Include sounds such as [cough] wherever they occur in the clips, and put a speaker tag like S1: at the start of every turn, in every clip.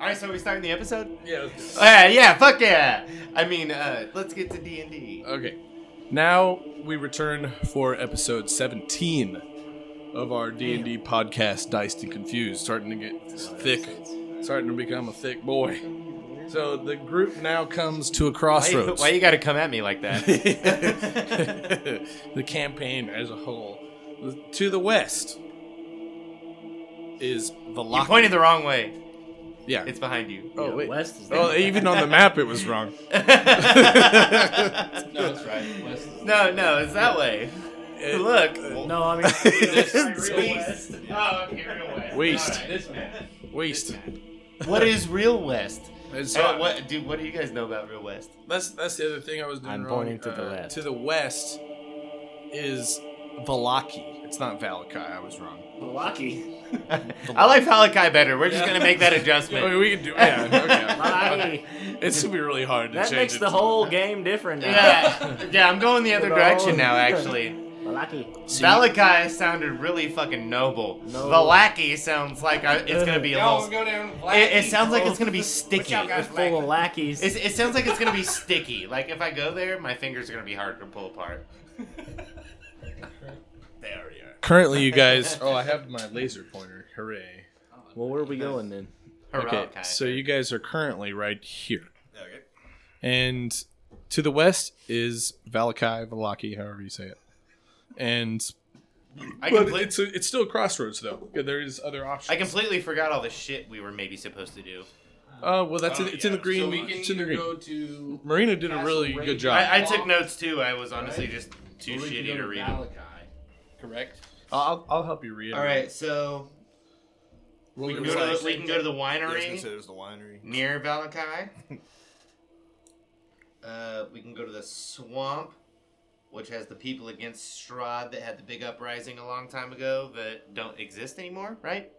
S1: All right, so are we starting the episode?
S2: Yeah.
S1: Yeah, Uh, yeah, fuck yeah. I mean, uh, let's get to D and D.
S2: Okay. Now we return for episode 17 of our D&D podcast Diced and Confused, starting to get thick, starting to become a thick boy. So the group now comes to a
S1: Why,
S2: crossroads.
S1: why you got to come at me like that?
S2: [laughs] the campaign as a whole. To the west is
S1: you
S2: Valaki.
S1: pointed the wrong way.
S2: yeah.
S1: It's behind
S2: [laughs]
S1: you.
S2: oh, wait.
S3: West is
S2: Oh, even on the map it was wrong.
S1: no,
S3: that's right. West is
S1: no, no, it's that way. [laughs] Look.
S3: Uh, No,
S1: [laughs]
S3: I [laughs] mean
S1: It's
S3: real
S1: east. Oh, okay, real west.
S2: Waste.
S1: All right.
S3: this man.
S2: Waste.
S1: What is real west?
S2: It's-
S1: Uh, what, dude? What do you guys know about real west?
S2: That's that's the other thing I was doing.
S3: I'm
S2: wrong.
S3: pointing to the
S2: Uh,
S3: left.
S2: To the west is Valaki. It's not Valakai. I was wrong.
S3: Lucky.
S1: I like Palakai better. We're just gonna [laughs] make that
S2: I mean,
S1: adjustment.
S2: we can do. Yeah. Okay.
S3: Lucky.
S2: it's gonna be really hard to
S3: That
S2: change
S3: makes
S2: it
S3: the
S2: to
S3: whole game different now.
S1: Yeah, yeah. I'm going the other
S3: No.
S1: direction now. Actually,
S3: Lucky.
S1: Valakai sounded really fucking noble.
S3: No.
S1: Valaki sounds like I, it's gonna be a little.
S4: go down. Oh.
S1: It, it sounds like it's gonna be sticky.
S4: out, guys.
S3: It's full of lackeys.
S1: It's, it sounds like it's gonna be sticky. Like if I go there, my fingers are gonna be hard to pull apart. there we are.
S2: Currently, you guys. Oh, I have my laser pointer. Hooray!
S3: well, where are we going then?
S1: Hurrah,
S2: Okay, so you guys are currently right here,
S4: Okay.
S2: and to the west is Valakai, Valaki, however you say it, and.
S1: I,
S2: But
S1: comple-
S2: it's it's still crossroads though. There is other options.
S1: I completely forgot all the shit we were maybe supposed to do.
S2: Oh well, that's in, it's in the green.
S4: So we can
S2: it's in the
S4: either
S2: green.
S4: go to
S2: Marina did a
S4: Castle
S2: really
S4: Raven.
S2: good job.
S1: I, I took notes too. I was honestly
S4: Right.
S1: just too
S4: or we can
S1: shitty
S4: go
S1: to read.
S4: Valakai, correct?
S2: I'll, I'll help you read. it.
S1: All right, so
S2: Well,
S1: we can,
S2: it was
S1: go to,
S2: like-
S1: the- we can go to the
S4: Yeah, I was
S1: winery.
S4: gonna say there's the winery.
S1: near Valakai. uh, we can go to the swamp, which has the people against Strahd that had the big uprising a long time ago that don't exist anymore, right?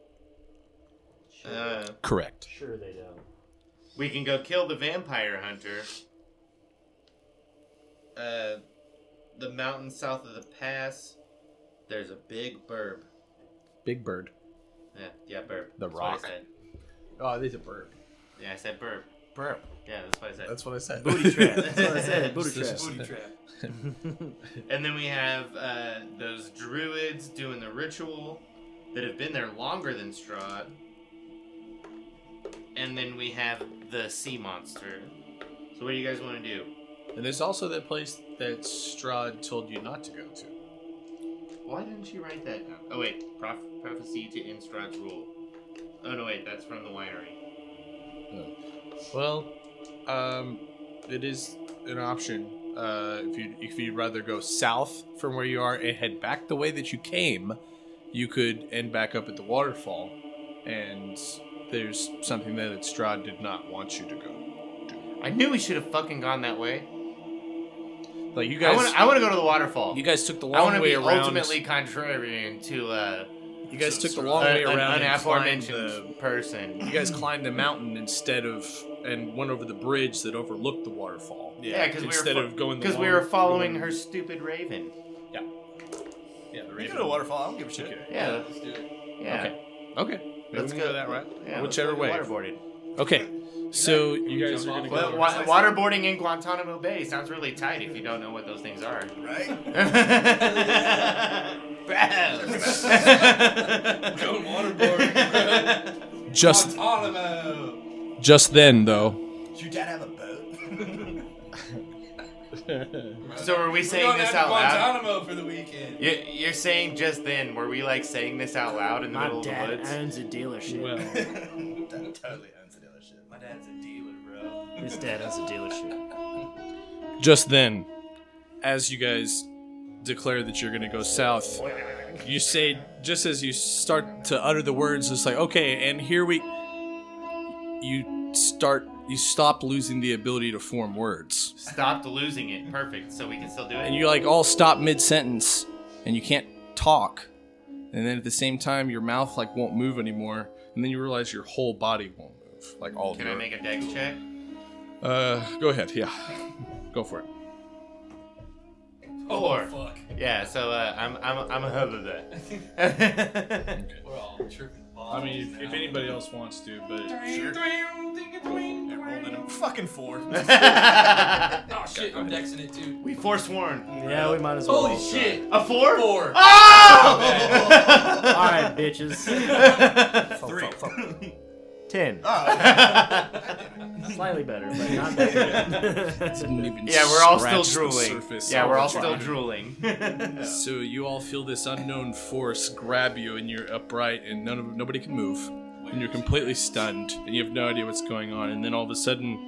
S1: Uh,
S2: correct.
S3: Sure they don't.
S1: we can go kill the vampire hunter. Uh, the mountain south of the pass. There's a big burb.
S2: Big bird.
S1: Yeah, yeah, burb.
S2: The
S1: That's what I
S2: rock.
S1: said.
S2: Oh, these are bird.
S1: Yeah, I said burb.
S2: Burp.
S1: Yeah, that's what I said.
S2: That's what I said. [laughs]
S3: Booty trap. That's what I said. Booty
S2: This
S3: trap.
S2: is-
S4: Booty trap.
S1: And then we have uh, those druids doing the ritual that have been there longer than Strahd. And then we have the sea monster. So what do you guys want to do?
S2: and there's also that place that Strahd told you not to go to.
S1: Why didn't you write that down? Oh wait, Prof- prophecy to end Strahd's rule. Oh no, wait, that's from the winery.
S2: Well, um, it is an option. Uh, if you if you'd rather go south from where you are and head back the way that you came, you could end back up at the waterfall, and there's something there that Strahd did not want you to go.
S1: I knew we should have fucking gone that way.
S2: Like you
S1: I
S2: guys,
S1: want. I want to go to the waterfall.
S2: you guys took the
S1: I
S2: long
S1: want to
S2: way
S1: be
S2: around.
S1: ultimately contrarian to uh,
S2: you guys took the
S4: Strahd.
S2: long way
S1: an,
S2: around
S1: an
S2: and climbed
S1: aforementioned
S2: the
S1: person.
S2: You guys climbed the mountain instead of and went over the bridge that overlooked the waterfall.
S1: Yeah, because
S2: Instead
S1: we were
S2: of going the
S1: because we
S2: long-
S1: were following her stupid raven.
S2: Yeah, the
S4: We
S2: raven.
S4: go to a waterfall. I don't give a shit.
S2: Okay.
S1: Yeah,
S4: Let's do it.
S1: yeah.
S2: Okay. Okay. Maybe
S1: Let's
S2: we can go that right.
S1: Yeah,
S2: Whichever
S1: let's go
S2: way.
S1: get Waterboarded.
S2: Okay. So you guys are gonna
S1: Well,
S2: go.
S1: wa- waterboarding in Guantanamo Bay sounds really tight if you don't know what those things are. [laughs]
S4: Right? [laughs]
S1: Bro.
S4: Going [laughs] waterboarding.
S2: Just
S4: Automo.
S2: just then though.
S4: Does your dad have a boat?
S1: so are we
S4: We're
S1: saying
S4: going
S1: this
S4: out
S1: out
S4: to
S1: loud?
S4: Guantanamo for the weekend.
S1: You, you're saying just then. Were we like saying this out loud in the
S3: My
S1: middle
S3: dad
S1: of the woods?
S3: owns a dealership.
S2: Well,
S4: Dad totally owns a dealership. My dad's a dealer, bro.
S3: His dad owns a dealership.
S2: just then, as you guys declare that you're gonna go south, you say just as you start to utter the words, it's like okay, and here we. You start. You stop losing the ability to form words.
S1: Stopped losing it. Perfect. So we can still do it.
S2: and you like all stop mid sentence and you can't talk and then at the same time your mouth like won't move anymore and then you realize your whole body won't move like all
S1: can
S2: of
S1: I
S2: it.
S1: make a dex check?
S2: Uh, go ahead. Yeah, [laughs] go for it.
S4: Oh,
S1: Four.
S4: Fuck.
S1: Yeah, so uh, I'm I'm I'm a hub of that.
S4: We're all tripping balls.
S2: I mean, if, if anybody else wants to, but
S4: Sure. Yeah, roll that in. Fucking four.
S2: [laughs]
S4: Oh shit, I'm dexing it too.
S1: [laughs] we forsworn.
S3: Yeah, we might as well.
S4: Holy
S3: all try.
S4: shit.
S1: A four?
S4: Four.
S1: Oh!
S3: All right, bitches.
S4: Three.
S3: Ten. [laughs] Slightly better, but not better.
S1: yeah, we're all still
S2: Scratch the
S1: drooling.
S2: surface
S1: Yeah,
S2: of
S1: we're
S2: the
S1: all still
S2: crime.
S1: drooling.
S2: So you all feel this unknown force grab you, and you're upright, and none of nobody can move, and you're completely stunned, and you have no idea what's going on. And then all of a sudden,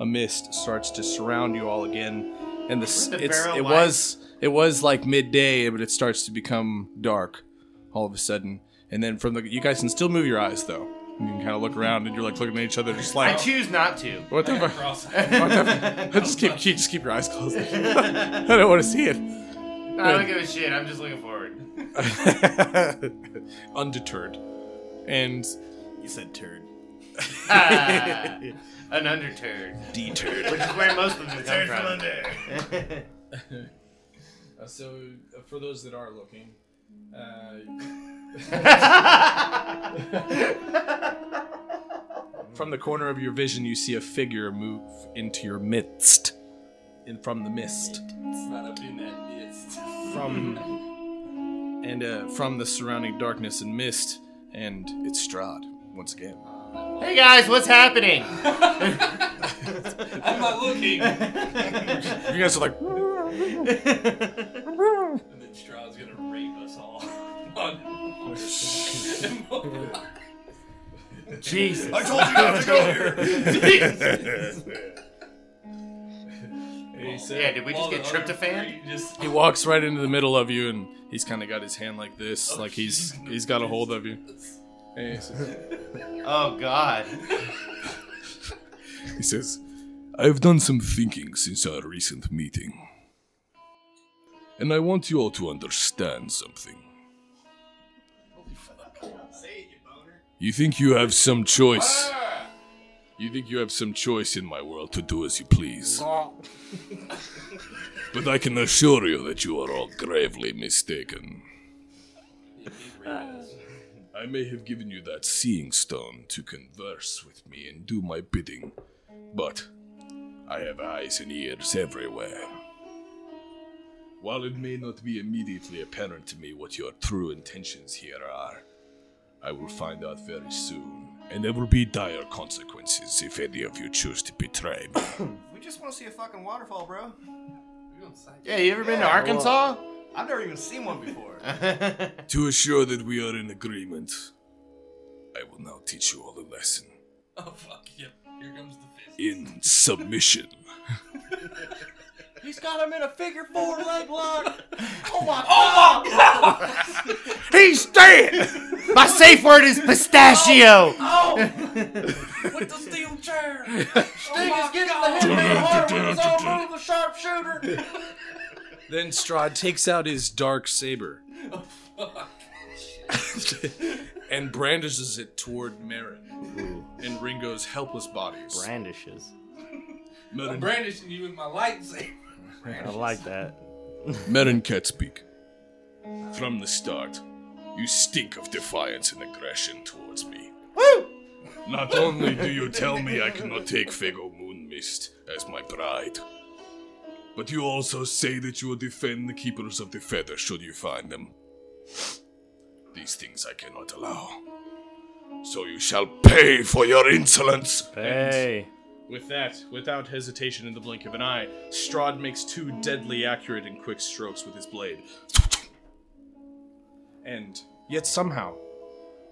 S2: a mist starts to surround you all again, and the, s-
S1: The
S2: it's
S1: barrel
S2: it
S1: light.
S2: was it was like midday, but it starts to become dark, all of a sudden. And then from the you guys can still move your eyes though. You can kind of look around, and you're like looking at each other, just
S1: [laughs] I
S2: like
S1: choose not to.
S2: what the fuck.
S4: Cross. [laughs]
S2: What the f- [laughs] just keep, keep just keep your eyes closed. [laughs] I don't want to see [laughs] it.
S1: I don't give a shit. I'm just looking forward.
S2: Undeterred, and
S3: you said turd.
S1: Ah, an underturd,
S2: deterred.
S1: which is where most of them come from.
S2: Uh, so, for those that are looking, uh, [laughs] from the corner of your vision, you see a figure move into your midst, and from the mist.
S4: It's not up in that mist.
S2: from and uh, from the surrounding darkness and mist, and it's Strahd once again.
S1: hey guys, what's happening?
S4: I'm not
S5: [laughs]
S4: looking. and
S2: You guys are like,
S4: then Strahd's gonna rape us all. [laughs] On.
S1: Jesus.
S4: I told you not to [laughs]
S5: [laughs]
S4: go here.
S2: he,
S1: Yeah, did we just
S4: All
S1: get
S4: the other
S1: tryptophan?
S4: three Just
S2: walks right into the middle of you, and he's kind of got his hand like this, like he's he's got a hold of you. And he says,
S1: Oh God.
S2: he says, "I've done some thinking since our recent meeting, and I want you all to understand something. You think you have some choice." You think you have some choice in my world to do as you please. but I can assure you that you are all gravely mistaken.
S4: Uh,
S2: I may have given you that seeing stone to converse with me and do my bidding, but I have eyes and ears everywhere. While it may not be immediately apparent to me what your true intentions here are, I will find out very soon, and there will be dire consequences if any of you choose to betray me.
S5: We just want to see a fucking waterfall, bro.
S1: Yeah, you ever been to Arkansas?
S5: I've never even seen one before.
S2: to assure that we are in agreement, I will now teach you all a lesson
S4: Oh fuck! Yep. Here comes the
S5: [laughs]
S4: fist.
S2: in submission.
S5: He's got him in a figure four leg lock.
S1: He's dead. [laughs] My safe word is pistachio.
S4: Oh.
S5: [laughs]
S4: With the steel chair. Oh
S5: Sting is getting the headband hard with his own move, a sharpshooter.
S2: Then Strahd takes out his dark saber [laughs] and brandishes it toward Marin and Ringo's helpless bodies.
S3: Brandishes.
S4: I'm [laughs] brandishing you with my lightsaber.
S3: I like that.
S2: Merin Catspeak, from the start, you stink of defiance and aggression towards me. Woo! Not only do you tell me I cannot take Fego Moonmist as my bride, but you also say that you will defend the Keepers of the Feather should you find them. These things I cannot allow. So you shall pay for your insolence!
S3: Hey.
S2: With that, without hesitation in the blink of an eye, Strahd makes two deadly accurate and quick strokes with his blade. And yet somehow,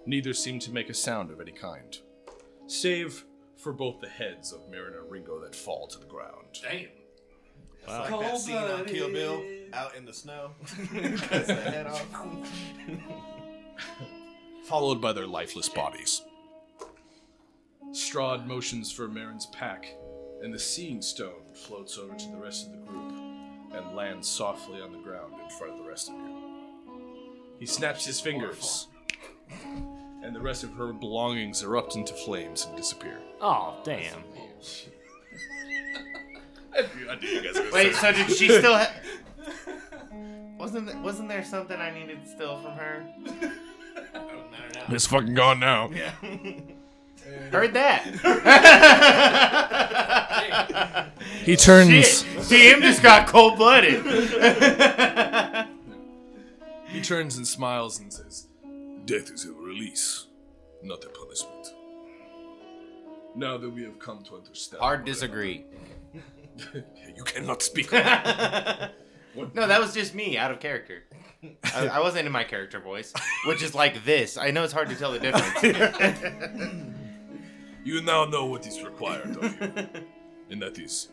S2: neither seem to make a sound of any kind, save for both the heads of Marin and Ringo that fall to the ground.
S4: Damn.
S5: Like that scene on Kill Bill, out in the snow. Cuts the head off.
S2: followed by their lifeless bodies. Strahd motions for Marin's pack, and the Seeing Stone floats over to the rest of the group and lands softly on the ground in front of the rest of you. He snaps his fingers, and the rest of her belongings erupt into flames and disappear.
S3: Oh, damn.
S2: I knew you guys were gonna
S1: Wait, so
S2: say
S1: did she still? Ha- wasn't th- wasn't there something I needed still from her?
S2: that. it's fucking gone now.
S1: Heard [laughs] that.
S2: He turns.
S1: Shit, DM just got cold blooded.
S2: He turns and smiles and says, "Death is a release, not a punishment." Now that we have come to understand,
S1: Hard disagree.
S2: you cannot speak.
S1: no, that was just me out of character. I, I wasn't in my character voice, which is like this. I know it's hard to tell the [laughs] difference.
S2: You now know what is required of you,
S1: [laughs]
S2: and that is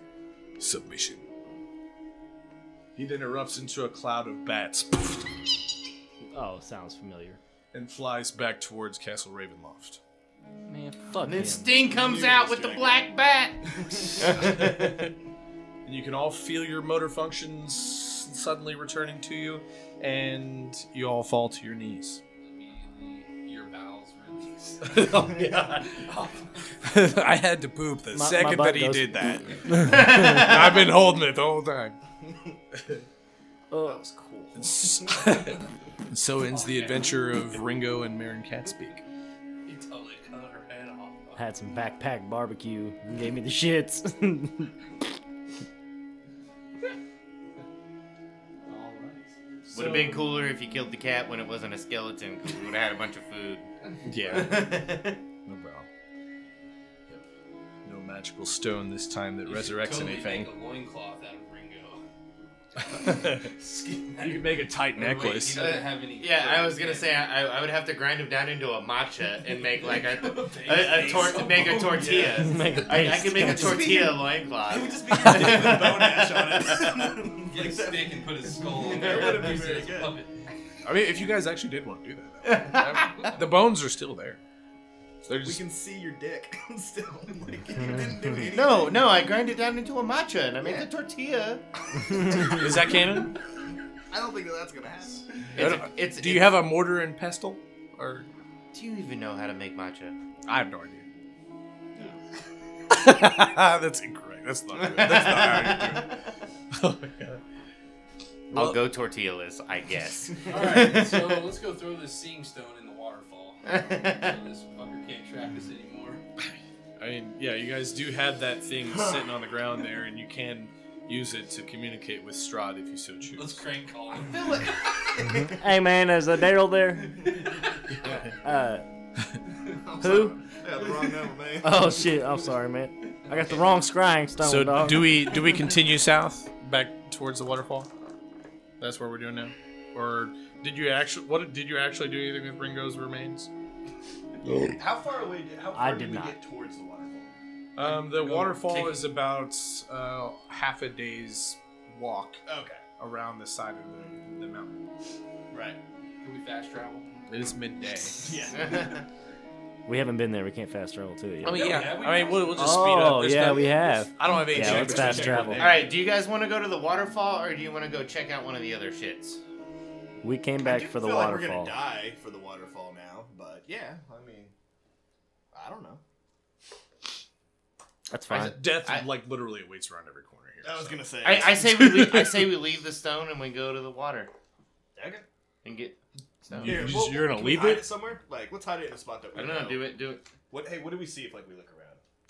S2: submission. He then erupts into a cloud of bats
S3: Oh, sounds familiar.
S2: and flies back towards Castle Ravenloft.
S3: Man, fuck
S1: and then
S3: him.
S1: Sting comes out with the black bat.
S2: And you can all feel your motor functions suddenly returning to you, and you all fall to your knees.
S4: Immediately, your bowels release.
S2: [laughs] oh,
S3: [laughs]
S2: God. [laughs] I had to poop the
S3: My- my
S2: second
S3: butt
S2: that he
S3: goes-
S2: did
S3: [laughs]
S2: that. [laughs] I've been holding it the whole time.
S3: Uh,
S2: And [laughs] so ends the adventure of Ringo and Marin Catspeak.
S4: He totally cut her head off.
S3: had some backpack barbecue. Gave me the shits. [laughs]
S4: All right.
S1: Would have been cooler if you killed the cat when it wasn't a skeleton, 'cause we would have had a bunch of food.
S2: Yeah. [laughs] No well. No magical stone this time that resurrects
S4: totally
S2: anything.
S4: Make a loincloth out of Ringo. [laughs]
S2: [laughs] You can make a tight
S4: Wait, he doesn't have any.
S1: yeah, I was gonna say I, I would have to grind him down into a matcha and make like [laughs] a a, a tor- make a tortilla.
S3: Make a
S1: I, I could
S3: [laughs]
S1: make a [laughs]
S3: paste.
S1: tortilla loincloth.
S5: would just be your dick with bone ash on
S4: [laughs]
S5: it.
S4: Get a stick and put his skull in
S5: [laughs] That
S4: there.
S5: would've been
S4: Use it
S5: very
S4: as a
S5: good.
S4: puppet.
S2: I mean, if you guys actually did want to do that, that, would- the bones are still there. They're
S5: we
S2: just
S5: can see your dick [laughs] still. Like, you didn't do
S1: [laughs]
S5: anything.
S1: No, no, I grind it down into a matcha and I make a tortilla.
S2: is that canon?
S5: I don't think that that's gonna happen.
S1: It's,
S2: don't-
S1: it's,
S2: Do you have a mortar and pestle? Or
S1: Do you even know how to make matcha?
S2: I have no idea. [laughs] That's incorrect. That's not. Good. [laughs] That's not how you do it. Oh my god.
S1: I'll go tortillas, I guess. [laughs]
S4: Alright, so let's go throw this seeing stone in the waterfall. so this fucker can't track us anymore.
S2: I mean, yeah, you guys do have that thing sitting on the ground there, and you can use it to communicate with Strahd if you so choose.
S4: Let's crank call him. [laughs]
S3: hey man, is a Daryl
S5: [laughs]
S3: there? Uh, who?
S5: Yeah, the wrong number, man.
S3: [laughs] Oh shit, I'm sorry, man. I got the wrong scrying stone,
S2: So
S3: dog.
S2: do we do we continue south back towards the waterfall? That's where we're doing now. Or did you actually what did you actually do anything with Ringo's remains?
S5: How far away? Did, how far
S3: I
S5: did,
S3: did
S5: we
S3: not.
S5: get towards the waterfall?
S2: Um, the
S4: Go
S2: waterfall
S4: take it.
S2: is about uh, half a day's walk
S5: Okay,
S2: around the side of the, the mountain.
S5: right.
S4: Can we fast travel?
S2: It is
S4: [laughs]
S2: midday. Oh,
S5: Yeah.
S3: We haven't been there. We can't fast travel to it yet.
S2: I mean,
S4: No,
S2: yeah.
S4: yeah, we
S2: I mean, we'll, we'll just speed up.
S3: oh
S2: There's
S3: yeah,
S2: no-
S3: we have.
S2: I don't have any.
S3: Yeah,
S2: check
S3: let's
S2: between
S3: fast
S2: there
S3: travel.
S2: and
S1: All
S2: there.
S1: right, do you guys want to go to the waterfall or do you want to go check out one of the other shits?
S3: We came
S5: I
S3: back
S5: do
S3: for the
S5: feel like we're
S3: waterfall.
S5: gonna die for the waterfall now, but yeah, I mean, I don't know.
S3: That's fine.
S2: Death
S1: I-
S2: like literally waits around every corner here. so.
S5: gonna say.
S1: I, I say we leave, I say we leave the stone and we go to the water
S5: Okay.
S1: and get. So.
S2: You-
S5: Here,
S2: you
S5: well,
S2: just- you're gonna
S5: can we
S2: leave
S5: hide
S2: it?
S5: it somewhere. Like, let's hide it in a spot that
S1: I
S5: we
S1: don't know. Do it. Do it.
S5: What? Hey, what do we see if like we look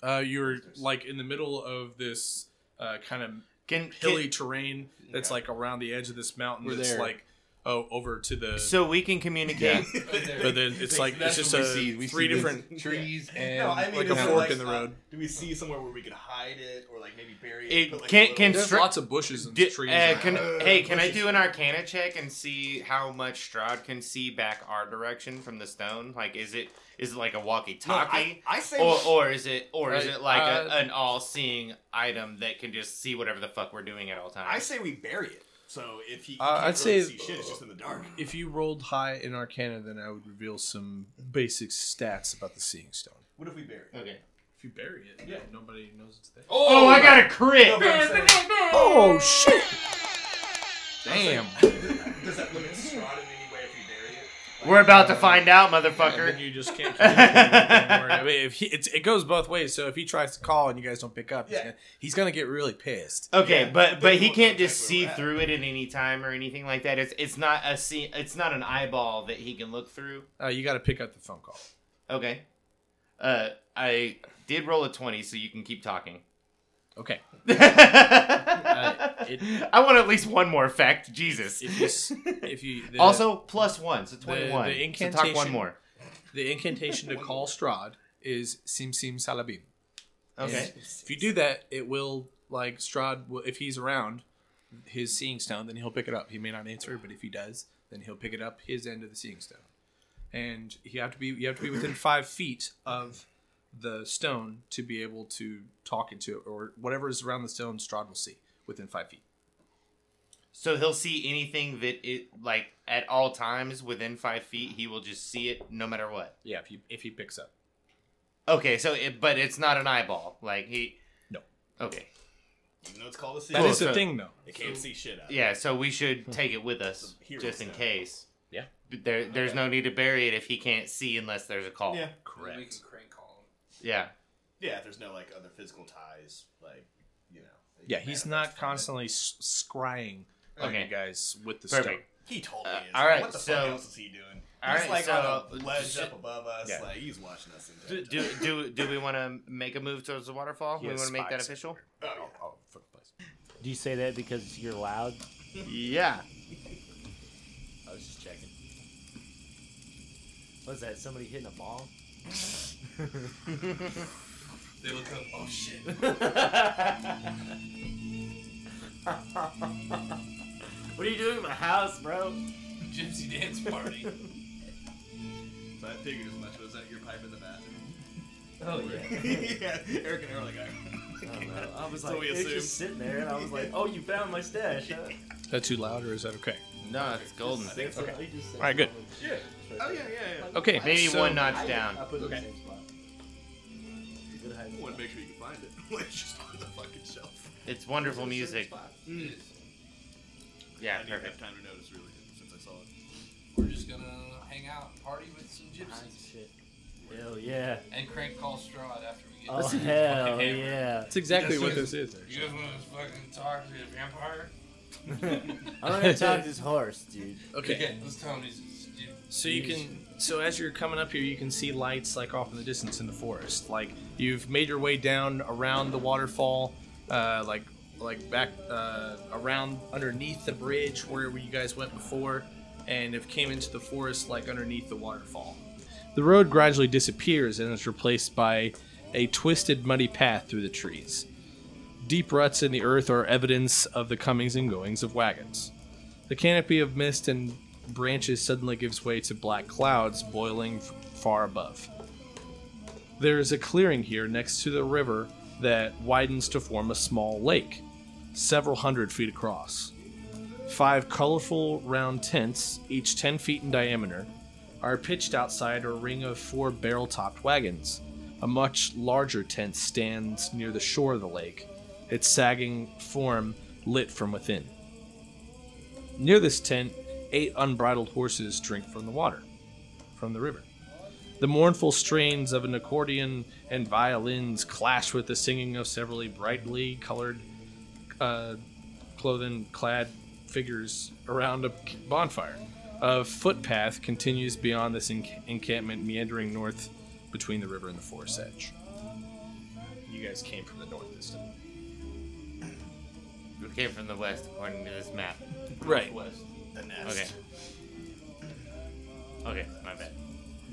S5: around?
S2: Uh, you're like in the middle of this uh, kind of
S1: Can,
S2: hilly
S1: can
S2: terrain that's like around the edge of this mountain.
S3: We're
S2: that's
S3: there.
S2: like oh over to the.
S1: so we can communicate.
S4: Right there.
S2: [laughs] but [laughs] then it's like it's
S4: That's
S2: just
S4: what
S2: a
S4: we
S6: see. We
S2: three
S6: see this.
S2: different.
S6: trees and
S5: no, I mean,
S2: like a
S5: is it,
S2: fork in the
S5: uh,
S2: road.
S5: do we see somewhere where we could hide it or like maybe bury it?
S1: It
S5: put, like, a
S1: can't-
S5: little-
S1: can-
S2: There's
S1: stri-
S2: lots of bushes and
S1: Di-
S2: trees.
S1: uh,
S2: and- [laughs]
S1: can,
S5: Uh,
S1: hey, can I
S5: bushes.
S1: do an Arcana check and see how much Stroud can see back our direction from the stone? Like, is it is it like a
S5: No,
S1: walkie-talkie,
S5: I, I say.
S1: or or is it or is
S2: Right,
S1: it like a,
S2: uh,
S1: an all-seeing item that can just see whatever the fuck we're doing at all times?
S5: I say we bury it. So if he, he
S2: Uh,
S5: can't
S2: I'd
S5: really
S2: say-
S5: see shit, it's just in the dark.
S2: if you rolled high in Arcana, then I would reveal some basic stats about the Seeing Stone.
S5: What if we bury it?
S1: Okay.
S2: If you bury it, yeah, nobody knows it's there.
S1: Oh, I got a
S5: No,
S1: crit. [laughs]
S5: but I'm saying,
S2: Oh shit! Damn.
S5: does that limit Strahd in any way if we bury it?
S1: We're about to find out,
S2: And
S1: motherfucker.
S2: you just can't. Keep I mean, if he, it's, it goes both ways. So if he tries to call and you guys don't pick up, he's,
S5: Yeah.
S2: gonna, he's gonna get really pissed.
S1: Okay,
S5: Yeah,
S1: but but
S5: but they
S1: he
S5: won't
S1: can't
S5: know
S1: just
S5: exactly
S1: see
S5: where we're at.
S1: through it at any time or anything like that. It's it's not a see. It's not an eyeball that he can look through.
S2: Uh, you got to pick up the phone call.
S1: Okay. Uh, I did roll a twenty, so you can keep talking.
S2: Okay. it-
S1: [laughs] I want at least one more effect. Jesus.
S2: If you, s- if you
S1: [laughs]
S2: the,
S1: also plus one, so twenty-one.
S2: the
S1: so talk one
S2: incantation-
S1: more.
S2: the incantation to call Strahd is Sim Sim Salabim.
S1: Okay.
S2: If you do that, it will like Strahd. Will, if he's around his seeing stone, then he'll pick it up. He may not answer, but if he does, then he'll pick it up his end of the seeing stone. And you have to be you have to be within five feet of the stone to be able to talk into it, or whatever is around the stone, Strahd will see within five feet.
S1: So he'll see anything that it like at all times within five feet. He will just see it no matter what.
S2: Yeah, if he if he picks up.
S1: Okay. So, it, but it's not an eyeball. Like he.
S2: No.
S1: Okay.
S5: Even though it's called a
S2: That
S5: seagull,
S2: is
S1: Cool, so-
S2: the thing, though.
S5: they can't see shit out.
S1: Yeah. So we should take it with [laughs] us
S5: Heroes
S1: just in
S5: now.
S1: case.
S2: Yeah.
S1: But There, there's no need to bury it if he can't see unless there's a call.
S4: We
S5: Yeah.
S4: can
S2: Correct.
S4: crank call
S1: Yeah.
S5: Yeah, there's no like other physical ties, like you know. that you
S2: Yeah, he's
S5: manifest
S2: not
S5: from it.
S2: constantly s- scrying on
S1: Okay.
S2: you guys with the stone.
S1: Perfect.
S5: He told me.
S1: Uh,
S5: it's
S1: all
S5: like,
S1: right,
S5: What the
S1: so-
S5: fuck else is he doing?
S1: All
S5: he's
S1: right,
S5: like
S1: so-
S5: on a ledge
S1: Shit.
S5: up above us.
S2: Yeah.
S5: Like he's watching us. in
S1: [laughs] Do do
S5: the-
S1: do, do we want to make a move towards the waterfall?
S2: He
S1: we
S2: has
S1: want to make that
S2: spies.
S1: official.
S5: [laughs] Oh, yeah.
S2: All- all over the place.
S3: Do you say that because you're loud?
S1: Yeah.
S3: I was just checking. Was that somebody hitting a ball?
S4: They look up. Oh shit.
S3: What are you doing in my house, bro?
S4: [laughs] Gypsy dance party.
S3: [laughs]
S5: So I figured as much. Was that your pipe in the bathroom?
S3: Oh yeah.
S5: [laughs] yeah, Eric and [laughs] Earl
S3: I don't [laughs] know. I was
S5: So
S3: like,
S5: we
S3: it was
S5: assume.
S3: just sitting there, and I was like, oh, you found my stash. [laughs] Huh?
S2: Is that too loud, or is that okay?
S1: No, it's golden.
S5: I think so.
S3: So he just said
S2: All right, good.
S3: something.
S5: Yeah. Oh yeah, yeah, yeah.
S2: Okay,
S1: Maybe
S2: so-
S1: one
S3: I-
S1: notch down.
S3: I put it in
S5: Okay.
S3: the same spot. Good height.
S5: I want to make sure you can find it. [laughs] Like just on the fucking shelf.
S1: It's wonderful music.
S4: It is.
S1: Yeah,
S5: I didn't
S1: perfect.
S5: have time to notice really since I saw it.
S4: We're just gonna hang out and party with some gypsies.
S3: Shit. Hell yeah.
S4: And crank call Strahd after we get
S3: Oh,
S4: there.
S3: hell
S4: Fucking hammer.
S3: yeah.
S2: That's exactly
S4: Yes,
S2: what
S4: yes.
S2: this is.
S4: You guys want to fucking talk to the vampire?
S3: I'm gonna talk this horse, dude. [laughs]
S2: Okay.
S4: Let's tell him he's a stupid.
S2: So you can so as you're coming up here, you can see lights like off in the distance in the forest. Like you've made your way down around the waterfall, uh, like like back uh, around underneath the bridge where you guys went before, and have came into the forest like underneath the waterfall. The road gradually disappears and is replaced by a twisted, muddy path through the trees. Deep ruts in the earth are evidence of the comings and goings of wagons. The canopy of mist and branches suddenly gives way to black clouds boiling f- far above. There is a clearing here next to the river that widens to form a small lake, several hundred feet across. Five colorful round tents, each 10 feet in diameter, are pitched outside a ring of four barrel topped wagons. A much larger tent stands near the shore of the lake, its sagging form lit from within. Near this tent, eight unbridled horses drink from the water, from the river. The mournful strains of an accordion and violins clash with the singing of several brightly colored, uh, clothing clad figures around a bonfire. A footpath continues beyond this enc- encampment, meandering north between the river and the forest edge. You guys came from the north this time.
S1: We came from the west, according to this map.
S2: Right.
S5: The nest.
S1: [laughs] Okay. Okay, my bad.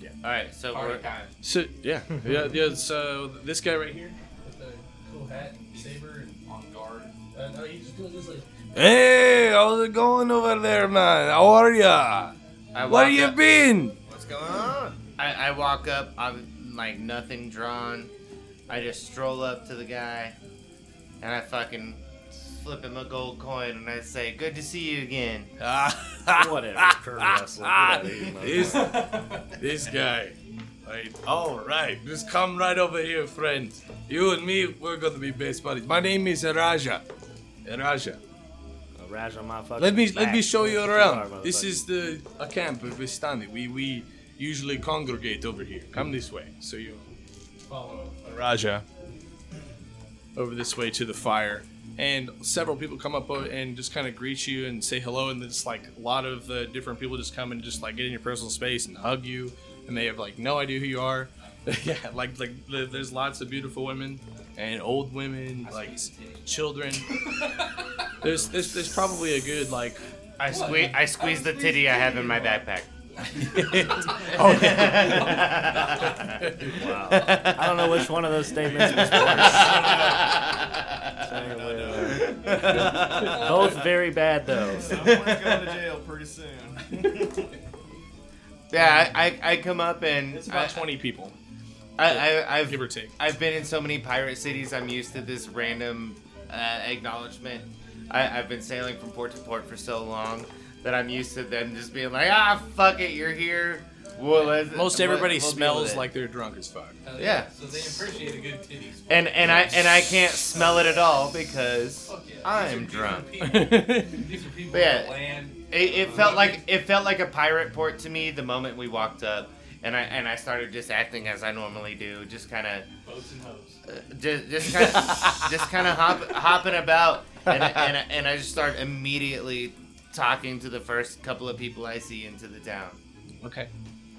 S2: Yeah.
S1: All right, so
S4: Party
S1: we're
S4: time.
S2: So, [laughs] yeah. yeah, yeah so, this guy right here.
S4: With the cool hat and saber and on guard. Uh, no, he just goes this like.
S2: Hey, how's it going over there, man? How are ya?
S1: I walk
S2: Where you
S1: up,
S2: been?
S5: What's going on?
S1: I, I walk up. I'm like nothing drawn. I just stroll up to the guy, and I fucking flip him a gold coin, and I say, "Good to see you again."
S2: [laughs]
S3: Whatever. Kurt Russell.
S2: this, this guy. Like, all right, just come right over here, friends. You and me, we're gonna be best buddies. My name is Raja. Raja.
S3: Raj on my fucking
S2: Let me let
S3: back.
S2: me show you
S3: Yes,
S2: around.
S3: are,
S2: This
S3: motherfucker.
S2: is the a camp of Vistani. We we usually congregate over here. Come this way. So you follow Raja over this way to the fire, and several people come up o- and just kind of greet you and say hello, and there's like a lot of uh, different people just come and just like get in your personal space and hug you, and they have like no idea who you are. [laughs] yeah, like like there- there's lots of beautiful women and old women, like s- [laughs] children. there's, there's there's probably a good [laughs] like
S1: I squeeze I squeeze the titty I have in my backpack.
S2: oh yeah.
S3: I don't know which one of those statements was worse. Both very bad though.
S5: Someone's going to jail pretty soon.
S1: Yeah, I, I, I come up and
S2: It's [laughs]
S1: I,
S2: about 20 people,
S1: I, I,
S2: give or
S1: I've
S2: take.
S1: I've been in so many pirate cities. I'm used to this random uh, acknowledgement. I, I've been sailing from port to port for so long that I'm used to them just being like, ah, fuck it, you're here. Well, let's,
S2: Most
S1: we'll-
S2: everybody
S1: we'll deal with
S2: smells
S1: it."
S2: like they're drunk as fuck.
S4: Hell
S1: Yeah.
S4: Uh, So they appreciate a good titty. squirt.
S1: And and I and I can't smell it at all because
S4: Fuck yeah.
S1: I'm
S4: These are-
S1: drunk.
S4: These are people,
S3: [laughs]
S2: yeah,
S4: these are people
S1: But yeah.
S4: that land.
S1: It, it felt like it felt like a pirate port to me the moment we walked up, and I and I started just acting as I normally do, just kind of
S4: Boats and
S1: just
S4: hoes.
S1: just
S3: [laughs]
S1: kind of just kind of hop, hopping about, and and and I just start immediately talking to the first couple of people I see into the town.
S2: okay.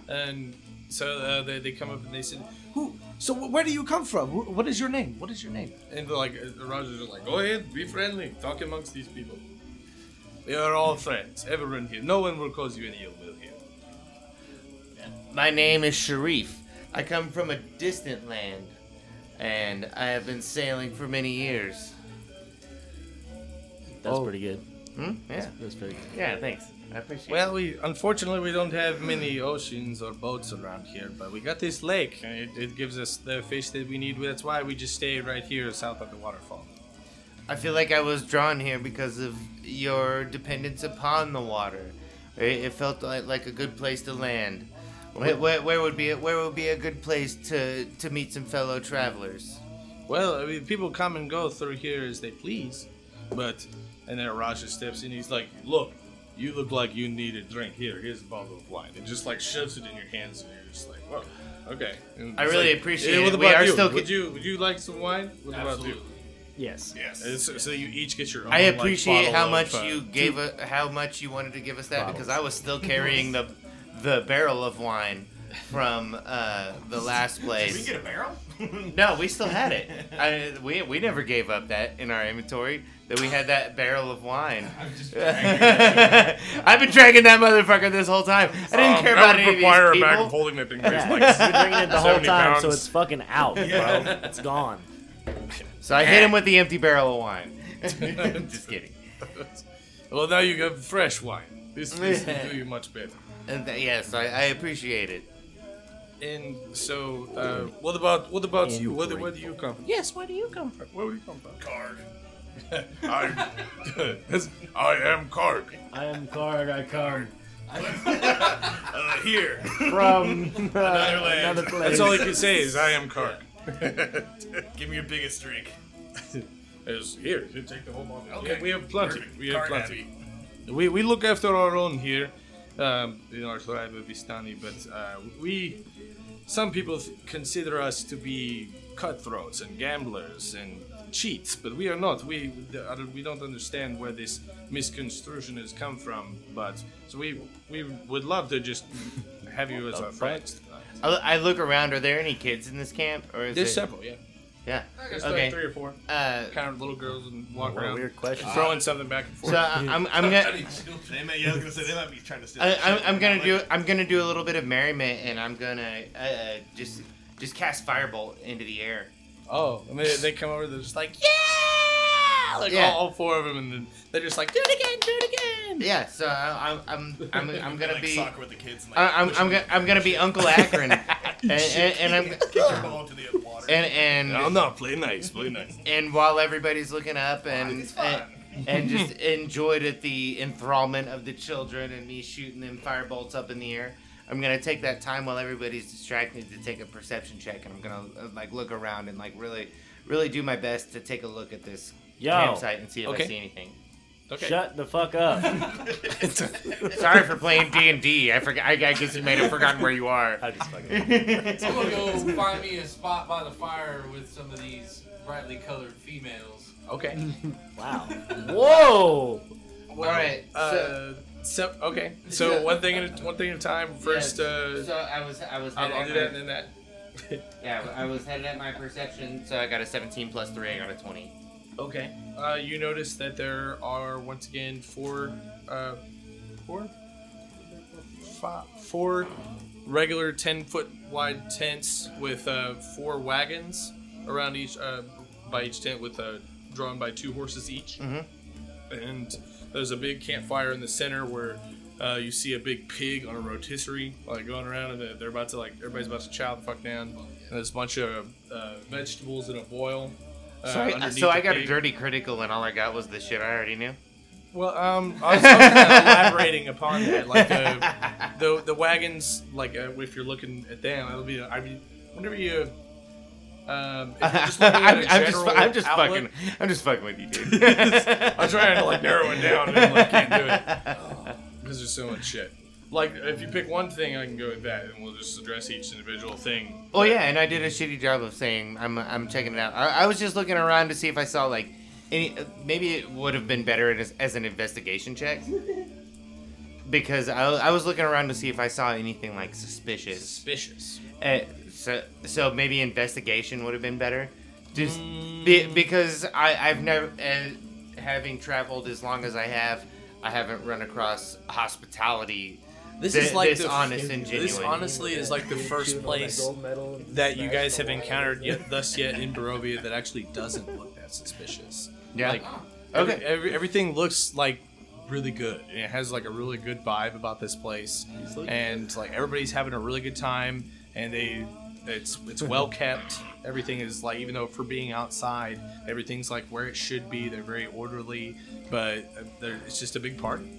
S2: And so uh, they, they come up and they said, "Who? So wh- where do you come from? Wh- What is your name? What is your name?" And they're like, uh, Roger's just like, "Go ahead, be friendly, talk amongst these people. We are all friends. Everyone here. No one will cause you any ill will here."
S1: My name is Sharif. I come from a distant land, and I have been sailing for many years.
S3: That's pretty good.
S1: Hmm? Yeah,
S3: That's pretty good.
S1: yeah. Thanks. I appreciate. it.
S2: Well, we unfortunately we don't have many oceans or boats around here, but we got this lake. and It, it gives us the fish that we need. That's why we just stay right here south of the waterfall.
S1: I feel like I was drawn here because of your dependence upon the water. It, it felt like, like a good place to land. Where, where, where would be a, where would be a good place to to meet some fellow travelers?
S2: Well, I mean, people come and go through here as they please, but and then Raja steps in. He's like, "Look, you look like you need a drink. Here, here's a bottle of wine," and just like shoves it in your hands, and you're just like, "Whoa." Okay. And
S1: I
S2: it's
S1: really
S2: like,
S1: appreciate
S2: "Eh,
S1: it.
S2: What
S1: We
S2: about
S1: are
S2: you?
S1: still
S2: would
S1: ca-
S2: you would you like some wine? What
S4: Absolutely.
S2: about you?
S3: Yes.
S2: Yes. And so, so you each get your own.
S1: I
S2: like,
S1: appreciate
S2: bottle
S1: how
S2: of,
S1: much
S2: uh,
S1: you gave a, how much you wanted to give us that because
S3: Bottles.
S1: I was still carrying the the barrel of wine from uh, the [laughs] last
S5: Did we
S1: place.
S5: get a barrel?
S1: No, we still had it. I, we we never gave up that in our inventory that we had that barrel of
S2: [laughs]
S1: wine.
S4: I'm
S1: [laughs]
S4: just
S1: I've been dragging that motherfucker this whole time. I didn't care
S2: Um, that
S1: about any
S2: would
S1: of these
S2: require a bag
S1: people.
S2: of holding
S1: [laughs]
S2: that thing weighs
S3: Yeah. We've
S2: like
S3: been drinking it the whole
S2: 70
S3: time, so
S2: pounds.
S3: it's fucking out, bro. It's gone.
S1: So I hit him with the empty barrel of wine.
S2: [laughs]
S1: Just kidding.
S2: Well, now you have fresh wine. This,
S1: [laughs]
S2: this will do you much better.
S1: And th- yes, I, I appreciate it.
S2: And so, uh, what about what about you? Where, do- where do you come from? Yes, where do you come from? [laughs]
S5: Card.
S2: Where do you come from? I, I am Karg.
S3: I am Karg. I come
S5: Uh, here.
S3: from [laughs] another,
S5: land.
S3: place.
S2: That's all he can say is I am Karg.
S5: Give me your biggest drink.
S2: Is here. You take the whole bottle.
S5: Okay.
S2: We, we have plenty.
S5: Perfect.
S2: We have
S5: Card
S2: plenty. We, we look after our own here um, in our tribe of Istani, but uh, we some people th- consider us to be cutthroats and gamblers and cheats, but we are not. We the other- we don't understand where this misconstruction has come from. But so we we would love to just have you as our friends.
S1: I, I look around. Are there any kids in this camp, or is
S2: There's
S1: it-
S2: several, yeah.
S1: Yeah.
S2: There's
S1: Okay.
S2: like three or four
S1: Uh,
S2: kind of little girls and walk
S3: What a
S2: around
S3: weird question.
S2: throwing something back and forth.
S1: so I, I'm I'm gonna.
S4: [laughs]
S2: [laughs]
S5: They may, yeah, I was gonna say they might be trying to steal.
S1: I,
S5: your
S1: I'm,
S5: shit.
S1: I'm gonna do I'm gonna do a little bit of merriment and I'm gonna uh, uh, just just cast firebolt into the air.
S2: Oh, and they, they come over. They're just like, yeah, like
S1: Yeah.
S2: All, all four of them, and then they're just like, do it again, do it again.
S1: Yeah, so I, I'm I'm
S5: [laughs]
S1: I'm, I'm gonna
S5: like
S1: be I,
S5: soccer with the kids. And, like,
S1: I'm
S5: push
S1: I'm [laughs]
S5: them
S1: gonna I'm gonna be Uncle
S5: [laughs]
S1: Akron and, and, and I'm
S5: Kick your ball into the water.
S1: and
S2: No,
S1: and
S2: no, play nice, play nice.
S1: and while everybody's looking up and and, and
S5: [laughs]
S1: just enjoyed at the enthrallment of the children and me shooting them firebolts up in the air. I'm gonna take that time while everybody's distracted to take a perception check, and I'm gonna uh, like look around and like really, really do my best to take a look at this
S3: Yo.
S1: campsite and see if I
S2: Okay.
S1: see anything.
S2: Okay.
S3: Shut the fuck up.
S1: Sorry for playing D and D. I forgot. I, I guess you might have forgotten where you are.
S3: [laughs] I just fucking.
S4: I'm gonna go find me a spot by the fire with some of these brightly colored females.
S1: Mm.
S2: Okay.
S3: Wow. Whoa.
S1: All right. So,
S2: Uh, so okay. So one thing at a, one thing at a time. First, uh,
S1: so I was I was
S2: I'll,
S1: headed
S2: I'll
S1: at
S2: do
S1: my-
S2: that and then that.
S1: yeah I was headed at my perception. So I got a 17 plus three. I got a 20.
S2: Okay. Uh, you notice that there are once again four, uh, four, five, four regular ten foot wide tents with uh, four wagons around each uh, by each tent with uh, drawn by two horses each.
S1: Mhm.
S2: And there's a big campfire in the center where. Uh, you see a big pig on a rotisserie, like going around, and they're- they're about to like everybody's about to chow the fuck down. And there's a bunch of uh, vegetables in a boil. Uh,
S1: so I,
S2: underneath
S1: so I
S2: the
S1: got a
S2: pig.
S1: dirty critical, and all I got was the shit I already knew.
S2: Well, um, I was kind of elaborating upon that, like uh,
S1: [laughs]
S2: the the, the wagons, like uh, if you're looking at them, it'll be. I mean, whenever you, um, if you're just looking
S1: [laughs]
S2: at
S1: I'm,
S2: a
S1: I'm just,
S2: general
S1: I'm just
S2: outlook-
S1: fucking, I'm just fucking with you,
S2: [laughs]
S1: dude. I'm
S2: I'm trying to like narrow it down, and like, can't do it
S1: [laughs]
S2: because there's so much shit. Like, if you pick one thing, I can go with that, and we'll just address each individual thing.
S1: Well, Oh, yeah, and I did a shitty job of saying I'm, I'm checking it out. I, I was just looking around to see if I saw like, any, uh, maybe it would have been better as, as an investigation check. Because I, I was looking around to see if I saw anything like suspicious.
S2: Suspicious.
S1: Uh, so, so maybe investigation would have been better. Just
S2: Mm.
S1: be, because I, I've never, uh, having traveled as long as I have, I haven't run across hospitality.
S2: This
S1: Th-
S2: is like
S1: this
S2: the,
S1: honest and
S2: This
S1: genuine.
S2: honestly is like the first place that you guys have encountered yet thus yet in Barovia that actually doesn't look that suspicious.
S1: Yeah.
S2: Like,
S1: Okay.
S2: every- every- everything looks like really good. And it has like a really good vibe about this place, and like everybody's having a really good time, and they. It's it's well kept. Everything is like even though for being outside, everything's like where it should be. They're very orderly, but uh, they're- it's just a big party.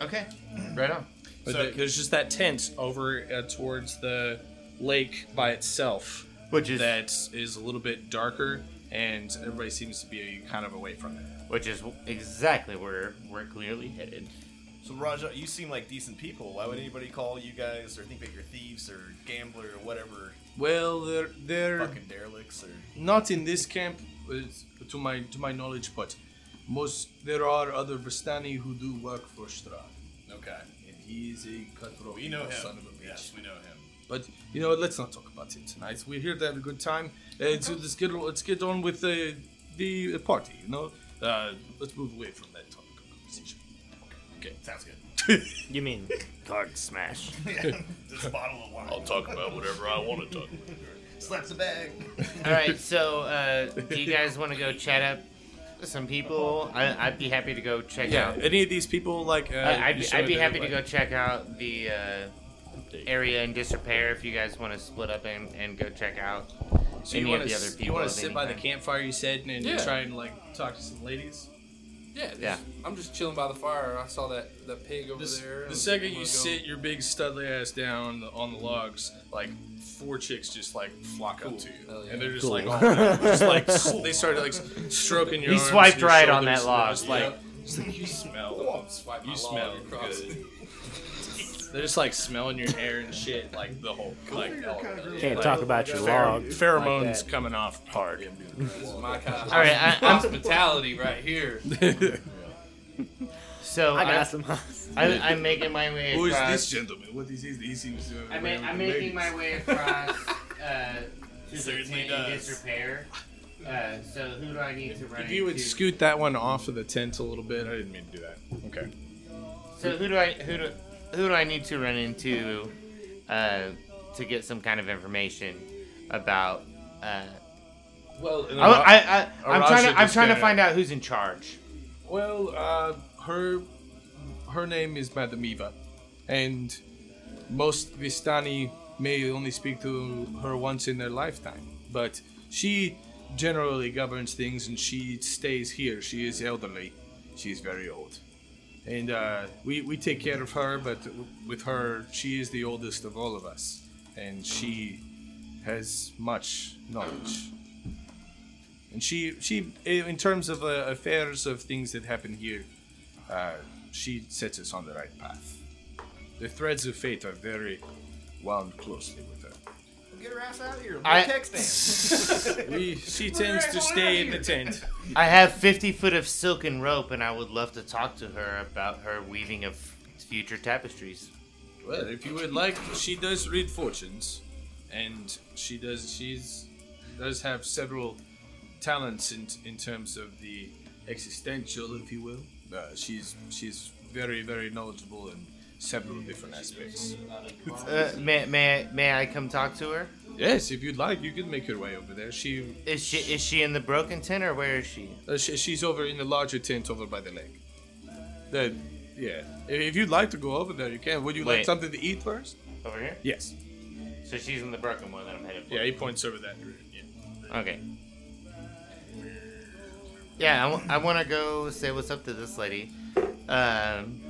S1: Okay, right on.
S2: But
S5: So-
S2: there- there's just that tent over uh, towards the lake by itself
S1: Which is
S2: that is a little bit darker, and everybody seems to be kind of away from it.
S1: which is exactly where we're clearly
S2: [laughs]
S1: headed.
S5: So Raja, you seem like decent people. Why would anybody call you guys or think that you're thieves or gambler or whatever
S2: Well, they're they're
S5: fucking derelicts or
S2: not in this camp, it's- to my to my knowledge, but most there are other Vistani who do work for Strahd,
S5: Okay.
S2: and he is a cutthroat
S5: We know
S2: little
S5: him.
S2: son of a bitch.
S5: Yes, we know him.
S2: But you know, let's not talk about it tonight. We're here to have a good time. Uh, so let's get let's get on with the the party. You know, uh, let's move away from that topic of conversation. Okay.
S5: Sounds good.
S2: [laughs]
S3: You mean card smash?
S5: Just a bottle of wine. [laughs]
S2: talk about whatever I want to talk about.
S5: Slaps a bag.
S1: All right, so uh, do you guys want to go chat up some people? I, I'd be happy to go check
S2: Yeah.
S1: out.
S2: Any of these people like? Uh,
S1: I, I'd,
S2: you
S1: be-
S2: showed
S1: I'd be
S2: it,
S1: happy to
S2: like-
S1: go check out the uh, area in disrepair if you guys want to split up and, and go check out
S2: So
S1: any
S2: you want
S1: of the
S2: to
S1: other people.
S2: you want
S1: of
S2: to sit
S1: any
S2: by the
S1: kind.
S2: campfire you said and
S4: Yeah.
S2: try and like talk to some ladies.
S4: Yeah, just,
S1: Yeah.
S4: I'm just chilling by the fire. I saw that, that pig over
S2: The, s-
S4: there.
S2: the second
S4: I'm
S2: you
S4: gonna go-
S2: sit your big studly ass down on the, on the logs, like four chicks just like flock up to you,
S4: Hell yeah.
S2: and they're just like, all, just like s- [laughs] they started like s- stroking your.
S1: He
S2: arms
S1: swiped
S2: and your
S1: right on that
S2: shoulders, and
S1: log.
S2: they're Just like,
S4: Yep.
S2: just like, you
S4: Come
S2: smell.
S4: on, swipe my
S2: You
S4: log
S2: smell
S4: across.
S2: good. They're just like smelling your hair and shit, like the whole like all of it.
S3: Can't
S2: Like,
S3: talk about your log.
S2: Pheromones
S3: that.
S2: coming off hard. [laughs]
S4: This is my kind of
S1: All right, I, I'm,
S4: hospitality right here.
S1: so
S3: I got
S1: I
S3: some. [laughs]
S1: I, I'm making my way
S2: Who is
S1: across.
S2: this gentleman? What is he? He seems to.
S1: I'm, ma- I'm making my way across uh, to the
S5: Certainly
S1: tent in
S5: does.
S1: disrepair. Uh, so who do I need to run
S2: If you would
S1: into?
S2: scoot that one off of the tent a little bit, I didn't mean to do that. Okay.
S1: So who do I who do who do I need to run into uh, to get some kind of information about? Uh,
S2: Well,
S1: I, I, I, am
S2: Arash
S1: trying
S2: is
S1: to I'm trying to
S2: gonna-
S1: find out who's in charge.
S2: well, uh, her her name is Madam Eva, and most Vistani may only speak to her once in their lifetime, but she generally governs things, and she stays here. She is elderly. She's very old. And uh, we, we take care of her, but with her, she is the oldest of all of us. And she has much knowledge. eh, And she, she in terms of uh, affairs of things that happen here, uh, she sets us on the right path. The threads of fate are very wound closely with [laughs] her.
S5: Get her ass out of here.
S1: I-
S5: Latex dance.
S2: We, she tends to stay in the tent.
S1: I have 50 foot of silk and rope, and I would love to talk to her about her weaving of future tapestries.
S2: Well, if you would like, she does read fortunes, and she does. She's does have several talents in in terms of the existential, if you will. Uh, she's she's very very knowledgeable in several different aspects.
S1: Uh, may, may, I- may I come talk to her?
S2: Yes, if you'd like, you can make your way over there. She,
S1: Is she is she in the broken tent or where is she?
S2: uh, she she's over in the larger tent over by the lake. The, yeah, if, if you'd like to go over there, you can. Would you like
S1: Wait.
S2: something to eat first?
S1: Over here.
S2: Yes.
S1: So she's in the broken one that I'm headed for.
S2: Yeah, he points over that room. Yeah.
S1: Okay. Yeah, I want to go say what's up to this lady. Um,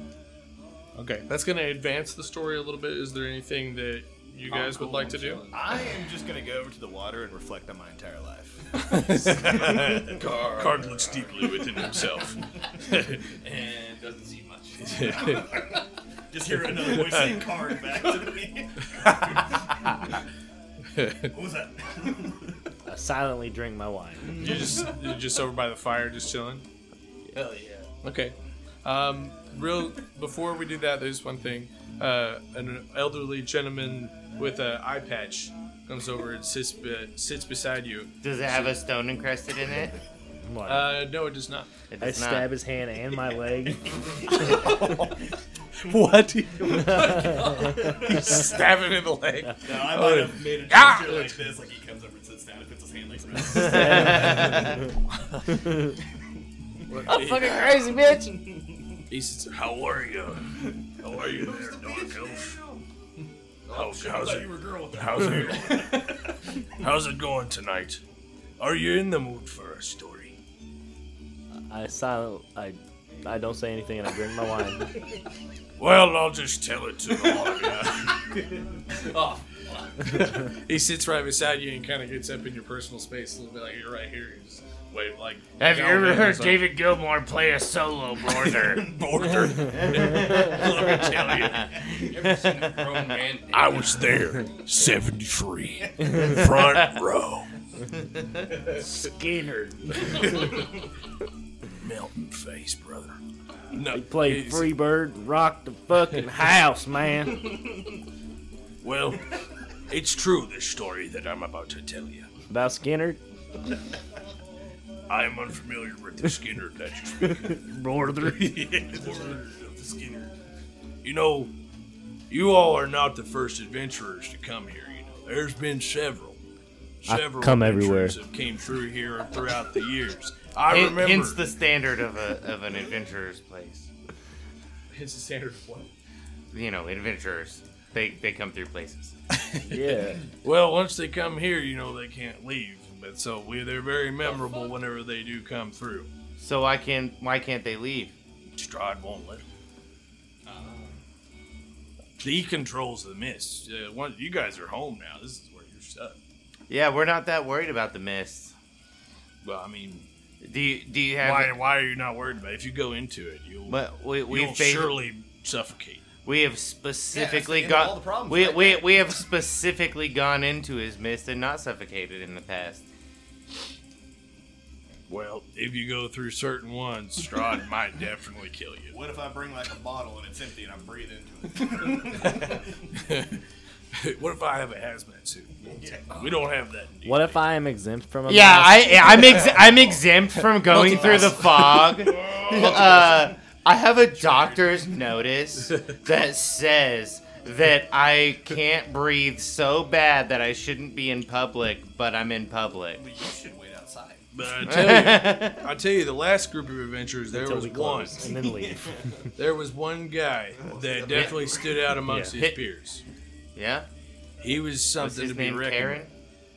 S2: Okay, that's gonna advance the story a little bit. Is there anything that you guys would like to do?
S5: I am just gonna go over to the water and reflect on my entire life. [laughs]
S2: Card looks deeply within [laughs] himself.
S4: And doesn't see much.
S5: Just hear another voice saying card back to me. [laughs] what was that? [laughs]
S3: I silently drink my wine.
S2: you just you're just over by the fire, just chilling.
S4: Hell yeah.
S2: Okay. Um, real before we do that, there's one thing. Uh, an elderly gentleman with an eye patch comes over and sits be- sits beside you.
S1: does it have a stone encrusted in it?
S3: I'm like,
S2: Uh, no, it does not.
S1: It
S3: I
S1: does not.
S3: stab his hand and my leg.
S2: What? [laughs] Stab him in the leg.
S4: No, I
S2: Oh,
S4: might
S2: yeah.
S4: have made a
S2: Ah!
S4: gesture like this, like he comes over and sits down and puts his hand like this.
S2: [laughs] I'm fucking crazy, bitch. He says, "How are you? How are you, there, dark elf? How- how's
S4: I thought
S2: it?
S4: you were a girl with that.
S2: How's it? how's it going [laughs] tonight? Are you in the mood for a story?
S3: I silent. I I don't say anything and I drink my wine.
S2: Well, I'll just tell it to all of you."
S4: Oh,
S2: he sits right beside you and kind of gets up in your personal space a little bit, like you're right here. You just wave like.
S1: [laughs] Have you
S2: Galvin
S1: ever
S2: is
S1: heard
S2: like-
S1: David Gilmour play a solo, brother?
S2: [laughs] Border. Let me tell you.
S4: you ever seen a
S2: [laughs]
S4: grown man?
S2: I was there, 73, front row.
S3: Skinner.
S2: Melting face, brother. No,
S3: He played
S2: it's-
S3: Freebird, rocked the
S2: [laughs]
S3: fucking house, man.
S2: Well, it's true, this story that I'm about to tell you.
S3: About Skinner,
S2: I am unfamiliar with the Skinner that you speak [laughs]
S3: brother.
S2: of. the Skinner. You know, you all are not the first adventurers to come here. You know, there's been several,
S3: I've
S2: several
S3: come
S2: adventurers
S3: everywhere.
S2: that came through here throughout the years. I
S1: Hen-
S2: remember.
S1: Hence the standard of a of an adventurer's place.
S2: hence the standard of what?
S1: You know, adventurers. They they come through places.
S3: Yeah.
S2: Well, once they come here, you know they can't leave. But so we, they're very memorable whenever they do come through.
S1: So why can why can't they leave?
S2: Stride won't let. him. He controls the mist. Uh, one, you guys are home now. This is where you're stuck.
S1: Yeah, we're not that worried about the mist.
S2: Well, I mean,
S1: Do you do you have?
S2: why, why are you not worried about it? If you go into it, you'll,
S1: But we we
S2: you'll
S1: have
S2: surely suffocate.
S1: we have specifically
S5: Yeah, that's the end of
S1: gone.
S5: all the problems
S1: we
S5: right
S1: we
S5: there.
S1: we have specifically gone into his mist and not suffocated in the past.
S2: Well, if you go through certain ones, Strahd might definitely kill you.
S5: What if I bring like a bottle and it's empty and I breathe into
S2: [laughs]
S5: it?
S2: what if I have a hazmat suit? We don't have that. in
S3: What if I am exempt from a
S1: Yeah,
S3: mask?
S1: I I'm ex- I'm exempt from going through the fog. Uh, I have a doctor's notice that says that I can't breathe so bad that I shouldn't be in public, but I'm in public. [laughs]
S5: you should wait outside.
S2: But I tell you, I tell you, the last group of adventurers, there
S3: Until
S2: was
S3: we
S2: one.
S3: close and then leave.
S2: There was one guy that definitely stood out amongst
S3: Yeah.
S2: his
S1: Hit-
S2: peers.
S1: Yeah,
S2: He was
S1: what's
S2: something
S1: his
S2: to be
S1: name?
S2: reckoned.
S1: Karen.
S2: with.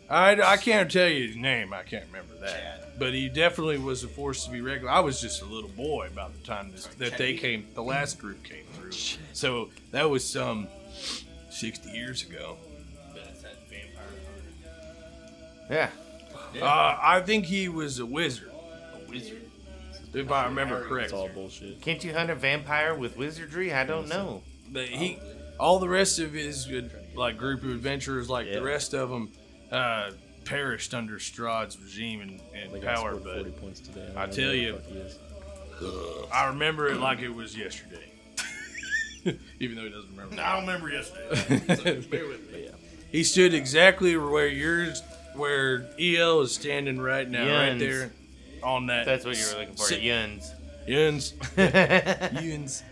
S2: I, I can't tell you his name. I can't remember that. But he definitely was a force to be reckoned. I was just a little boy by the time this, that they came. The last group came through. So that was some sixty years ago.
S4: That's that vampire hunter.
S1: Yeah.
S2: Uh, I think he was a wizard.
S4: A wizard.
S2: If I remember
S3: It's
S2: correct,
S3: all bullshit.
S1: Can't you hunt a vampire with wizardry? I don't know.
S2: but he, all the rest of his good like group of adventurers, like
S3: Yeah.
S2: the rest of them, uh, perished under Strahd's regime and,
S3: I
S2: and
S3: think I
S2: power.
S3: scored
S2: But
S3: 40 points today.
S2: I
S3: don't
S2: tell
S3: know who the
S2: you.
S3: fuck he is.
S2: I remember it like it was yesterday, [laughs] even though he doesn't remember. [laughs]
S5: I don't remember yesterday.
S3: But [laughs] yeah.
S2: He stood exactly where yours, where El is standing right now, right
S1: Yuns.
S2: there, on that.
S1: That's what you were looking for,
S2: sit-
S1: Yuns.
S2: Yuns. Yuns.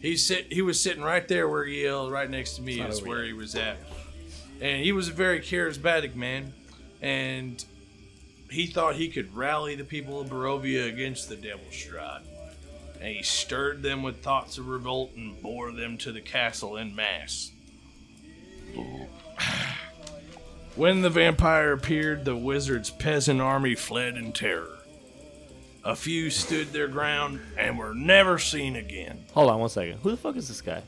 S2: He sit. He was sitting right there where El, right next to me,
S3: not
S2: is
S3: over
S2: where he was at, and he was a very charismatic man, and he thought he could rally the people of Barovia against the Devil's Stride. And he stirred them with thoughts of revolt and bore them to the castle en masse. [sighs] When the vampire appeared, the wizard's peasant army fled in terror. A few stood their ground and were never seen again.
S3: Hold on one second. Who the fuck is this guy?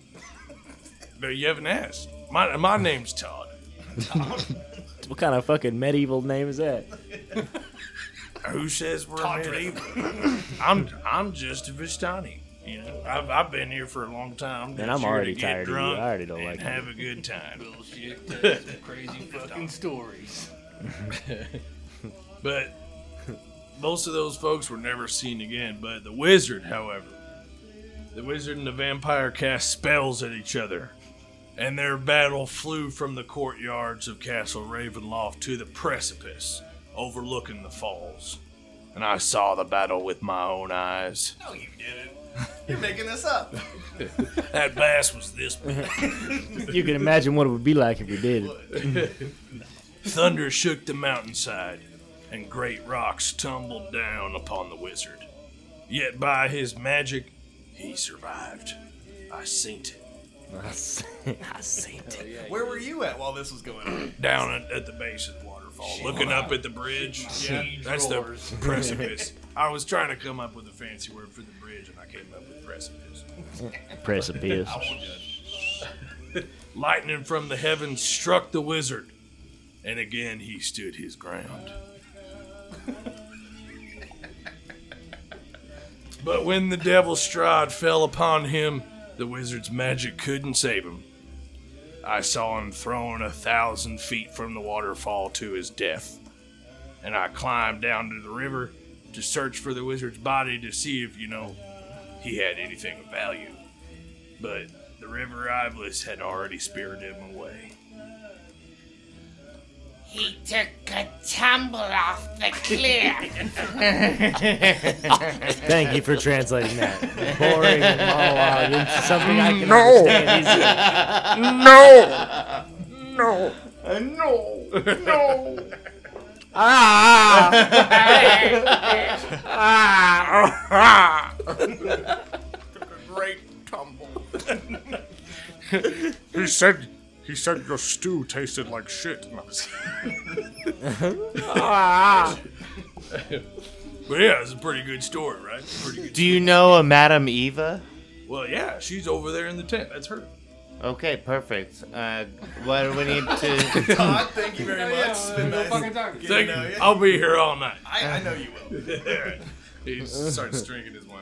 S2: But you haven't asked. My, my name's Todd.
S3: What kind of fucking medieval name is that?
S2: Who says we're medieval? I'm I'm just a Vistani. You know, I've, I've been here for a long time. just
S3: Man, I'm
S2: here to
S3: already
S2: get
S3: tired of you. I
S2: drunk
S3: already don't
S2: and
S3: like you.
S2: Have a good time.
S4: Bullshit. That's
S2: [laughs]
S4: some crazy fucking stories.
S2: But most of those folks were never seen again. But the wizard, however, the wizard and the vampire cast spells at each other, and their battle flew from the courtyards of Castle Ravenloft to the precipice overlooking the falls. And I saw the battle with my own eyes.
S5: no, you didn't. You're making this up.
S2: That bass was this big.
S3: You can imagine what it would be like if we did.
S2: [laughs] Thunder shook the mountainside, and great rocks tumbled down upon the wizard. Yet by his magic, he survived. I seen it.
S3: I seen I seen it.
S5: Where were you at while this was
S2: [laughs]
S5: going on?
S2: Down at, at the base of the waterfall, looking up at the bridge. Yeah, that's
S4: roars.
S2: the precipice. I was trying to come up with a fancy word for the bridge, and I came up with precipice.
S3: Precipice.
S2: Lightning from the heavens struck the wizard, and again he stood his ground. but when the devil's stride fell upon him, the wizard's magic couldn't save him. I saw him thrown a thousand feet from the waterfall to his death, and I climbed down to the river to search for the wizard's body to see if, you know, he had anything of value but the river Iblis had already spirited him away.
S6: He took a tumble off the cliff.
S3: Thank you for
S1: [laughs]
S3: translating that. Boring monologue into something I can understand easily.
S2: He said, he said your stew tasted like shit. No, I'm just [laughs] kidding. but yeah, it's a pretty good story, right? Pretty good.
S1: Do you know a Madam Eva?
S2: Well, yeah, she's over there in the tent. That's her.
S1: Okay, perfect. Uh, what do we need to?
S5: Todd, thank you
S4: [laughs]
S5: very
S4: Oh,
S5: much. It's been
S4: no
S5: nice
S4: fucking talking.
S5: getting
S2: Thank
S5: to know
S2: you.
S5: you.
S2: I'll be here all night.
S5: I, I know you will.
S2: [laughs]
S4: [laughs]
S2: He starts drinking his wine.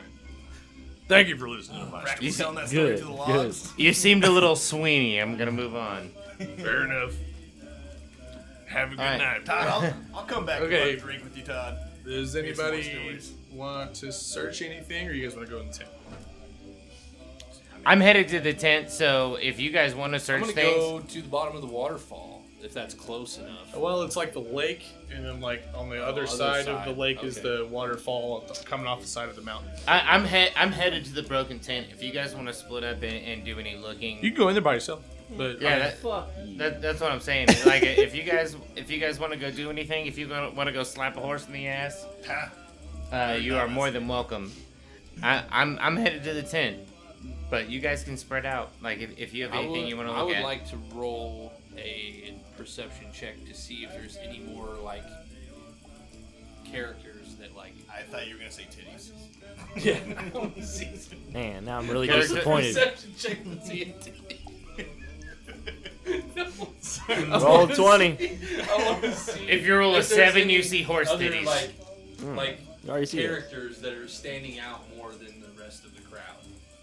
S2: Thank you for listening to my story.
S5: You telling that story
S3: Good,
S5: to the logs?
S1: you seemed a little Sweeney. I'm gonna move on.
S2: Fair enough. Have a good
S1: All right.
S2: night. bro.
S5: Todd, I'll, I'll come back
S2: Okay.
S5: and have a drink with you, Todd.
S2: Does
S5: Here's more
S2: anybody
S5: stories.
S2: want to search anything, or you guys want to go in the tent?
S1: I'm headed to the tent, so if you guys want to
S4: I'm
S1: search
S4: gonna
S1: things,
S4: go to the bottom of the waterfall if that's close enough.
S2: Well, it's like the lake, and then like on the other,
S4: other
S2: side, of
S4: side.
S2: the lake is
S4: Okay.
S2: the waterfall coming off the side of the mountain.
S1: I, I'm head I'm headed to the broken tent. If you guys want to split up and, and do any looking,
S2: You can go in there by yourself, but
S1: yeah, that,
S4: Fuck.
S1: that, that's what I'm saying. Like [laughs] if you guys if you guys want to go do anything, if you want to go slap a horse in the ass, uh, you are more than welcome. I, I'm I'm headed to the tent, but you guys can spread out. Like if, if you have
S4: I
S1: anything
S4: would,
S1: you want to
S4: I
S1: look
S4: would
S1: at.
S4: like to roll a perception check to see if there's any more like characters that like [laughs]
S5: I thought you were gonna say titties.
S3: Man, now I'm really
S1: Character-
S3: disappointed.
S4: Perception check to see if [laughs] no,
S3: [laughs]
S4: sorry, I
S3: Roll
S4: wanna
S3: 20.
S4: see- I wanna
S3: [laughs]
S4: see
S1: if you roll a
S4: there's
S1: seven, you
S4: any
S1: see horse
S4: other,
S1: titties.
S4: Like, like
S3: I already Hmm. see it.
S4: characters that are standing out more than the rest of the crowd.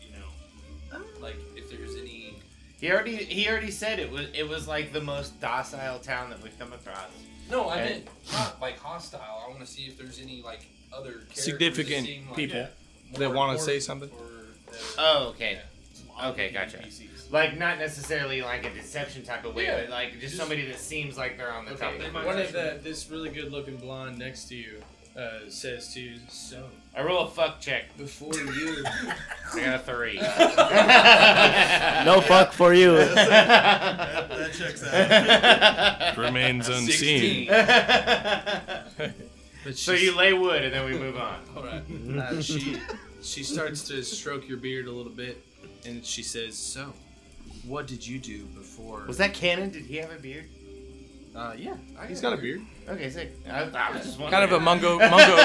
S4: You know, like if there's any.
S1: He already he already said it was it was like the most docile town that we've come across.
S4: No, I
S1: Okay.
S4: meant not like hostile. I want to see if there's any like other characters that
S2: Significant
S4: seem, like,
S2: people
S4: more
S2: that wanna say
S4: important
S2: something.
S4: or that-
S1: Oh, okay.
S5: Some
S1: Okay, gotcha.
S5: NPCs.
S1: Like not necessarily like a deception type of way,
S4: Yeah.
S1: but like just,
S4: Just-
S1: somebody that seems like they're on the
S4: Okay,
S1: top. Of
S4: they
S1: the
S4: might-
S1: might...
S7: One of the this really good looking blonde next to you uh, says to you, so
S1: I roll a fuck check.
S4: [laughs]
S7: before you
S1: I got a three.
S3: No fuck for you.
S5: That, that checks out.
S4: [laughs]
S2: Remains unseen.
S4: 16.
S1: [laughs]
S7: but
S1: so
S7: [laughs]
S1: you lay wood and then we move on.
S7: all right. Uh, she she starts to stroke your beard a little bit and she says, So what did you do before
S1: Was that Cannon? Did he have a beard?
S7: uh yeah. I
S2: He's got a beard.
S1: Okay, sick. I, I was just wondering.
S2: Kind of a Mungo Mungo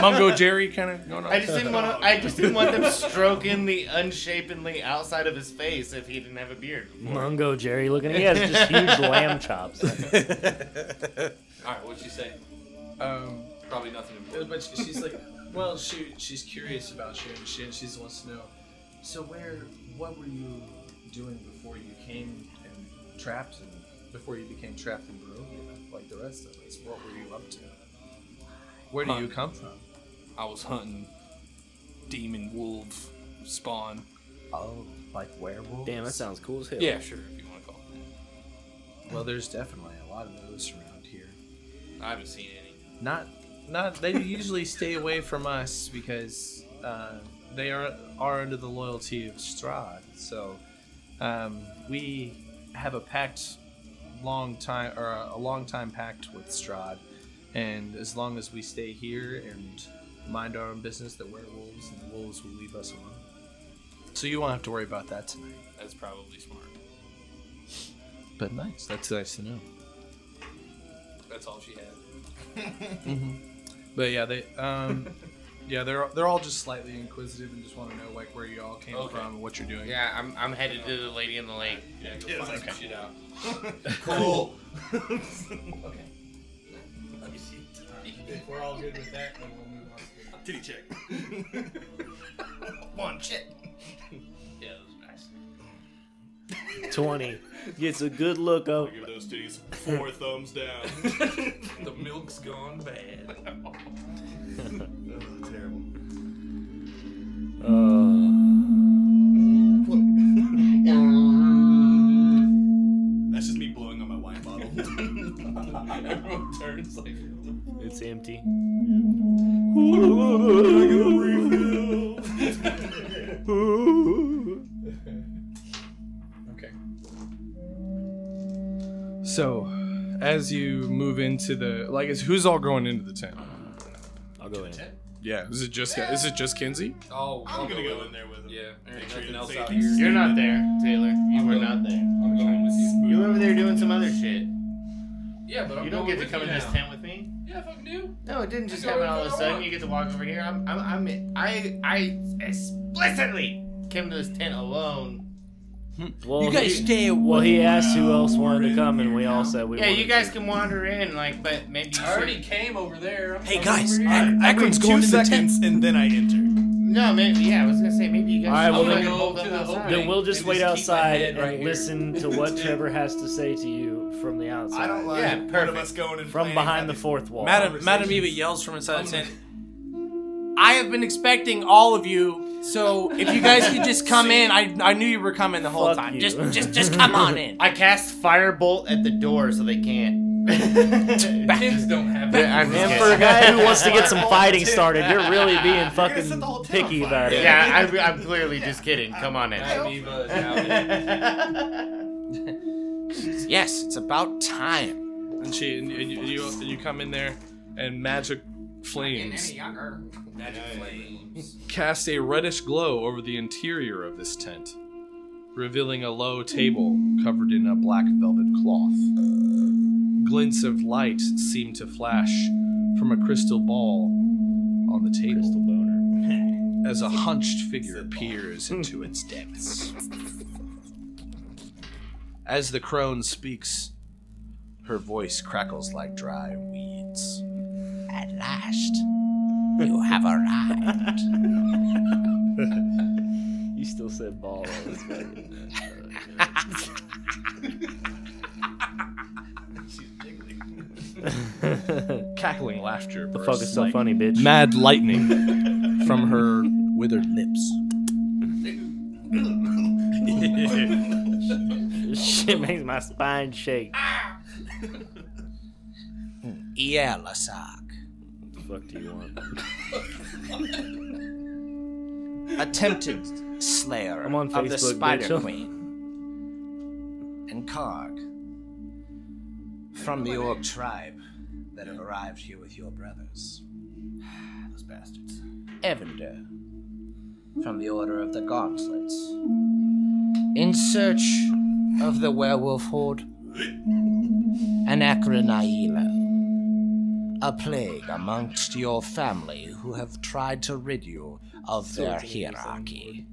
S2: Mungo Oh, Jerry kind of going on.
S1: I just didn't want to. I just didn't want them stroking the unshapenly outside of his face if he didn't have a beard.
S3: Mungo Jerry looking. He has just huge lamb chops.
S4: All right, what'd you say?
S7: um
S4: Probably nothing important.
S7: but she- she's like well she she's curious about you and she and she wants to know so where what were you doing before you came and trapped and before you became trapped in Barovia like the rest of us what were you up to where do you come from
S4: I was hunting demon wolf spawn.
S7: oh like werewolf
S3: Damn, that sounds cool as hell.
S4: Yeah, sure, if you want to call it.
S7: well there's definitely a lot of those around here
S4: that. I haven't seen any.
S7: not not they usually stay away from us because uh, they are are under the loyalty of Strahd. So um, we have a pact long time or a long time pact with Strahd, and as long as we stay here and mind our own business, the werewolves and the wolves will leave us alone. So you won't have to worry about that tonight.
S4: That's probably smart.
S7: But nice, that's nice to know.
S4: That's all she had.
S7: But yeah, they um, [laughs] yeah they're they're all just slightly inquisitive and just want to know like where you all came
S4: Okay.
S7: from and what you're doing.
S1: Yeah, I'm, I'm headed to the lady in the lake.
S4: Yeah, go find some shit out.
S5: [laughs] Cool.
S7: If we're all good with that, then we'll move on.
S5: Titty check. One check.
S4: Yeah, that was nice.
S3: Twenty gets a good look up.
S5: Give those titties four thumbs [laughs] down.
S4: The milk's gone bad. [laughs]
S5: oh, terrible.
S3: uh,
S5: That's just me blowing on my wine bottle.
S4: Everyone turns like.
S3: It's empty.
S7: Okay.
S2: So, as you move into the like, is who's all going into the tent?
S3: I'll go in.
S2: Yeah, is it just is it just Kinsey?
S4: Oh,
S5: I'm gonna go in there with him.
S4: Yeah, there ain't
S5: Make sure
S4: nothing
S5: you
S4: else
S5: say
S4: out
S5: anything.
S4: here.
S1: You're not there, Taylor. You were not there.
S4: I'm going with you.
S1: You were over there doing some other shit.
S4: Yeah, but I'm
S1: You don't
S4: going
S1: get to
S4: with
S1: come
S4: you
S1: in this
S4: now.
S1: tent with me.
S4: Yeah, I fucking do.
S1: No, it didn't just
S4: I go
S1: happen all of a
S4: wherever I
S1: sudden.
S4: want.
S1: You get to walk over here. I'm, I'm, I'm, I, I explicitly came to this tent alone.
S3: Well,
S2: You guys
S3: he,
S2: stay
S3: Well, he asked who else wanted to come, and we all said we.
S1: yeah, you
S3: wanted
S1: guys
S3: to.
S1: can wander in, like, but maybe you
S4: I already
S1: should.
S4: came over there. I'm
S2: Hey,
S4: coming
S2: guys,
S4: over here.
S2: I-
S5: I
S2: Akron's
S5: wait two
S2: going to the
S5: seconds and then I enter.
S1: No, maybe. Yeah, I was gonna say maybe you guys.
S3: All right,
S1: should fucking
S3: well, then-
S1: hold up
S4: to the
S1: outside.
S4: opening.
S3: Then we'll just
S4: And
S3: wait
S4: just keep my
S3: outside
S4: head
S3: and
S4: right here.
S3: listen to what Trevor has to say to you from the outside.
S5: I don't like
S1: Yeah,
S5: one of
S1: perfect.
S5: us going and
S3: from
S5: playing
S3: behind the
S5: that.
S3: fourth wall.
S2: Madam Madam Eva yells from inside the tent. I have been expecting all of you, so if you guys could just come in, I, I knew you were coming the whole
S3: Fuck
S2: time.
S3: you.
S2: Just just just come on [laughs] in.
S1: I cast firebolt at the door so they can't.
S3: [laughs]
S4: Kids don't have that.
S1: I'm
S3: And
S1: just
S3: for a
S1: kidding.
S3: guy who wants to get some
S5: Whole
S3: fighting
S5: tent.
S3: started, you're really being
S5: gonna set
S3: fucking
S5: the whole tent on
S3: picky
S5: fire.
S3: about it.
S1: yeah, I'm, I'm clearly just kidding. Come on in.
S4: Madam Eva is now.
S2: Yes, it's about time.
S7: And she and, and you, and you and you come in there, and magic flames
S4: younger. Magic flames.
S2: cast a reddish glow over the interior of this tent, revealing a low table covered in a black velvet cloth. Glints of light seem to flash from a crystal ball on the table [laughs] as a hunched figure peers into its depths. As the crone speaks, her voice crackles like dry weeds. At last,
S6: You have arrived.
S3: You still said [laughs] ball. that was funny. the
S2: [laughs] Cackling laughter.
S3: fuck is so funny, bitch.
S2: Mad [laughs] lightning from her withered lips.
S3: This [laughs] shit makes my spine shake.
S2: [laughs]
S6: Yeah, Lasak.
S3: the fuck do you want?
S6: Attempted slayer
S3: I'm on
S6: of the
S3: Facebook,
S6: Spider
S3: bitch.
S6: Queen. And Karg. From the Orc tribe that have arrived here with your brothers. [sighs] Those bastards. Evander. From the Order of the Gauntlets. In search of the werewolf horde. Anacroniela. A plague amongst your family who have tried to rid you of their hierarchy.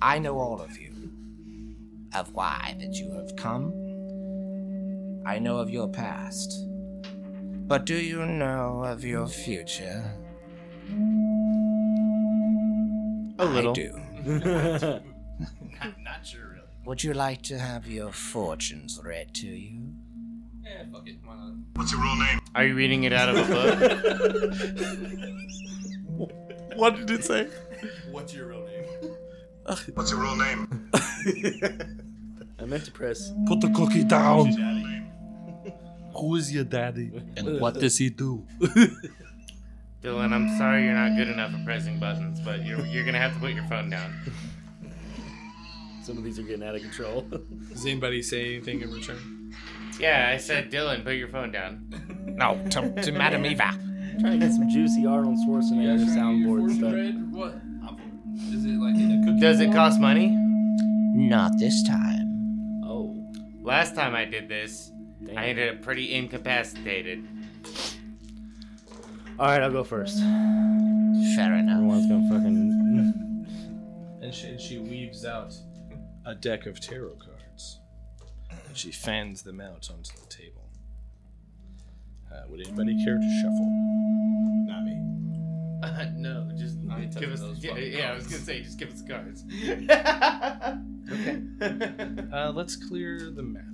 S6: I know all of you, of why that you have come. I know of your past. But do you know of your future?
S3: A little. [laughs]
S6: I do.
S5: Not sure, really.
S6: Would you like to have your fortunes read to you?
S8: Yeah, fuck it. Why not?
S1: Are you reading it out of a book?
S2: What did it say?
S5: What's your real name?
S3: I meant to press.
S2: Put the cookie down. [laughs] Who is your daddy? And what does he do?
S1: Dylan, I'm sorry you're not good enough at pressing buttons, but you're, you're gonna have to put your phone down.
S3: Some of these are getting out of control. [laughs]
S2: Does anybody say anything in return?
S1: Yeah, I said Dylan, put your phone down.
S6: No, to, to Madame Eva.
S3: Trying to get some juicy Arnold
S8: You
S3: Schwarzenegger
S8: guys trying to get your
S3: soundboard
S8: fortune
S3: stuff.
S8: read or What? Is it like in a cookie?
S1: Does it cost money?
S6: Not this time.
S3: Oh,
S1: Last time I did this,
S3: damn.
S1: I ended up pretty incapacitated.
S3: All right, I'll go first.
S6: Fair enough.
S3: Everyone's gonna fucking.
S7: And she, and she weaves out a deck of tarot cards. And she fans them out onto the table. Uh, would anybody care to shuffle?
S5: Not me.
S1: Uh, [laughs] no, just
S8: ain't
S1: give
S8: touching
S1: us.
S8: those
S1: Yeah,
S8: fucking
S1: yeah, I was gonna say, just give us cards. [laughs]
S7: Uh, let's clear the map.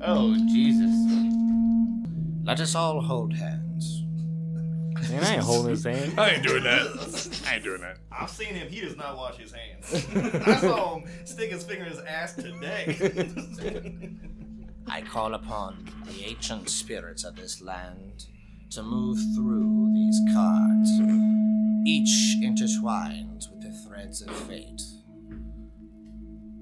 S1: oh Jesus!
S6: Let us all hold hands.
S3: Man, I ain't holding
S1: [laughs]
S3: his hand.
S2: I ain't doing that. I ain't doing that.
S5: I've seen him. He does not wash his [laughs] hands. I saw him stick his finger in his ass [laughs] today.
S6: I call upon the ancient spirits of this land to move through these cards, each intertwined with the threads of fate.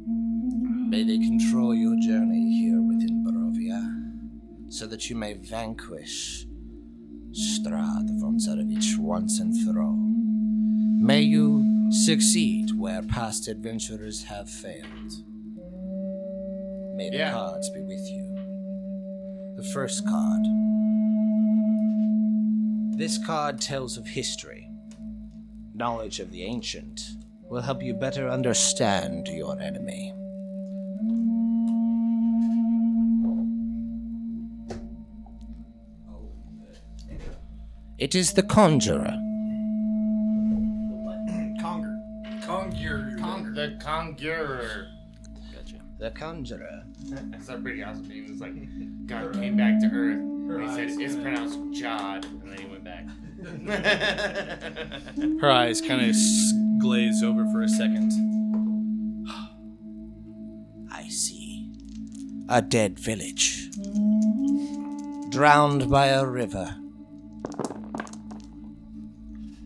S6: May they control your journey here within Barovia, so that you may vanquish Strad von Zarevich once and for all. May you succeed where past adventurers have failed. May the
S1: Yeah.
S6: cards be with you. The first card. This card tells of history. Knowledge of the ancient will help you better understand your enemy. It is the conjurer.
S5: Conger.
S8: Conger.
S1: Con- the conjurer.
S6: The conjurer.
S1: That's a pretty awesome name. It's [laughs] like God came back to Earth. And he said it's pronounced Jod, and then he went back.
S2: Her eyes kind of glaze over for a second.
S6: I see. A dead village. Drowned by a river.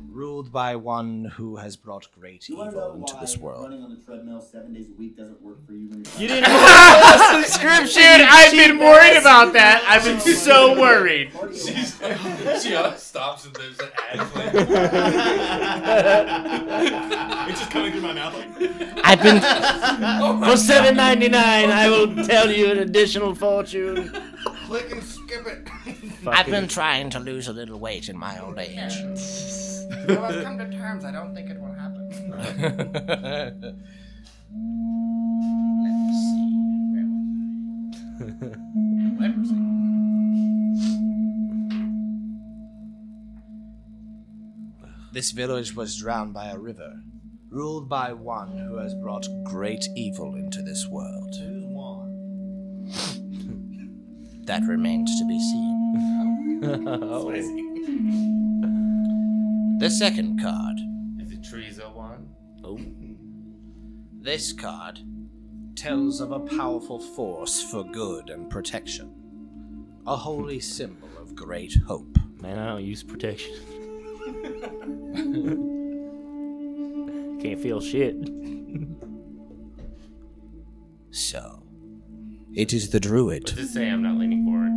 S6: Ruled by one who has brought great evil into this world.
S9: Running on the treadmill seven days a week doesn't work for you. When you're
S3: You didn't. All
S1: Dude, I've been worried about that. I've been so worried.
S4: [laughs]
S8: she uh, stops and there's an ad. Like,
S5: It's just coming through my mouth. Like,
S3: I've been for seven ninety nine. I will tell you an additional fortune.
S5: click and skip it.
S6: I've been trying to lose a little weight in my old age.
S5: well, I've come to terms. I don't think it will happen.
S6: This village was drowned by a river, ruled by one who has brought great evil into this world. Who's one? that remains to be seen.
S5: [laughs] Oh.
S6: [laughs] The second card.
S1: Is it Teresa one?
S6: This card tells of a powerful force for good and protection, a holy symbol of great hope.
S3: Man, I don't use protection. [laughs] Can't feel shit.
S6: So, it is the druid.
S1: Just say I'm not leaning forward.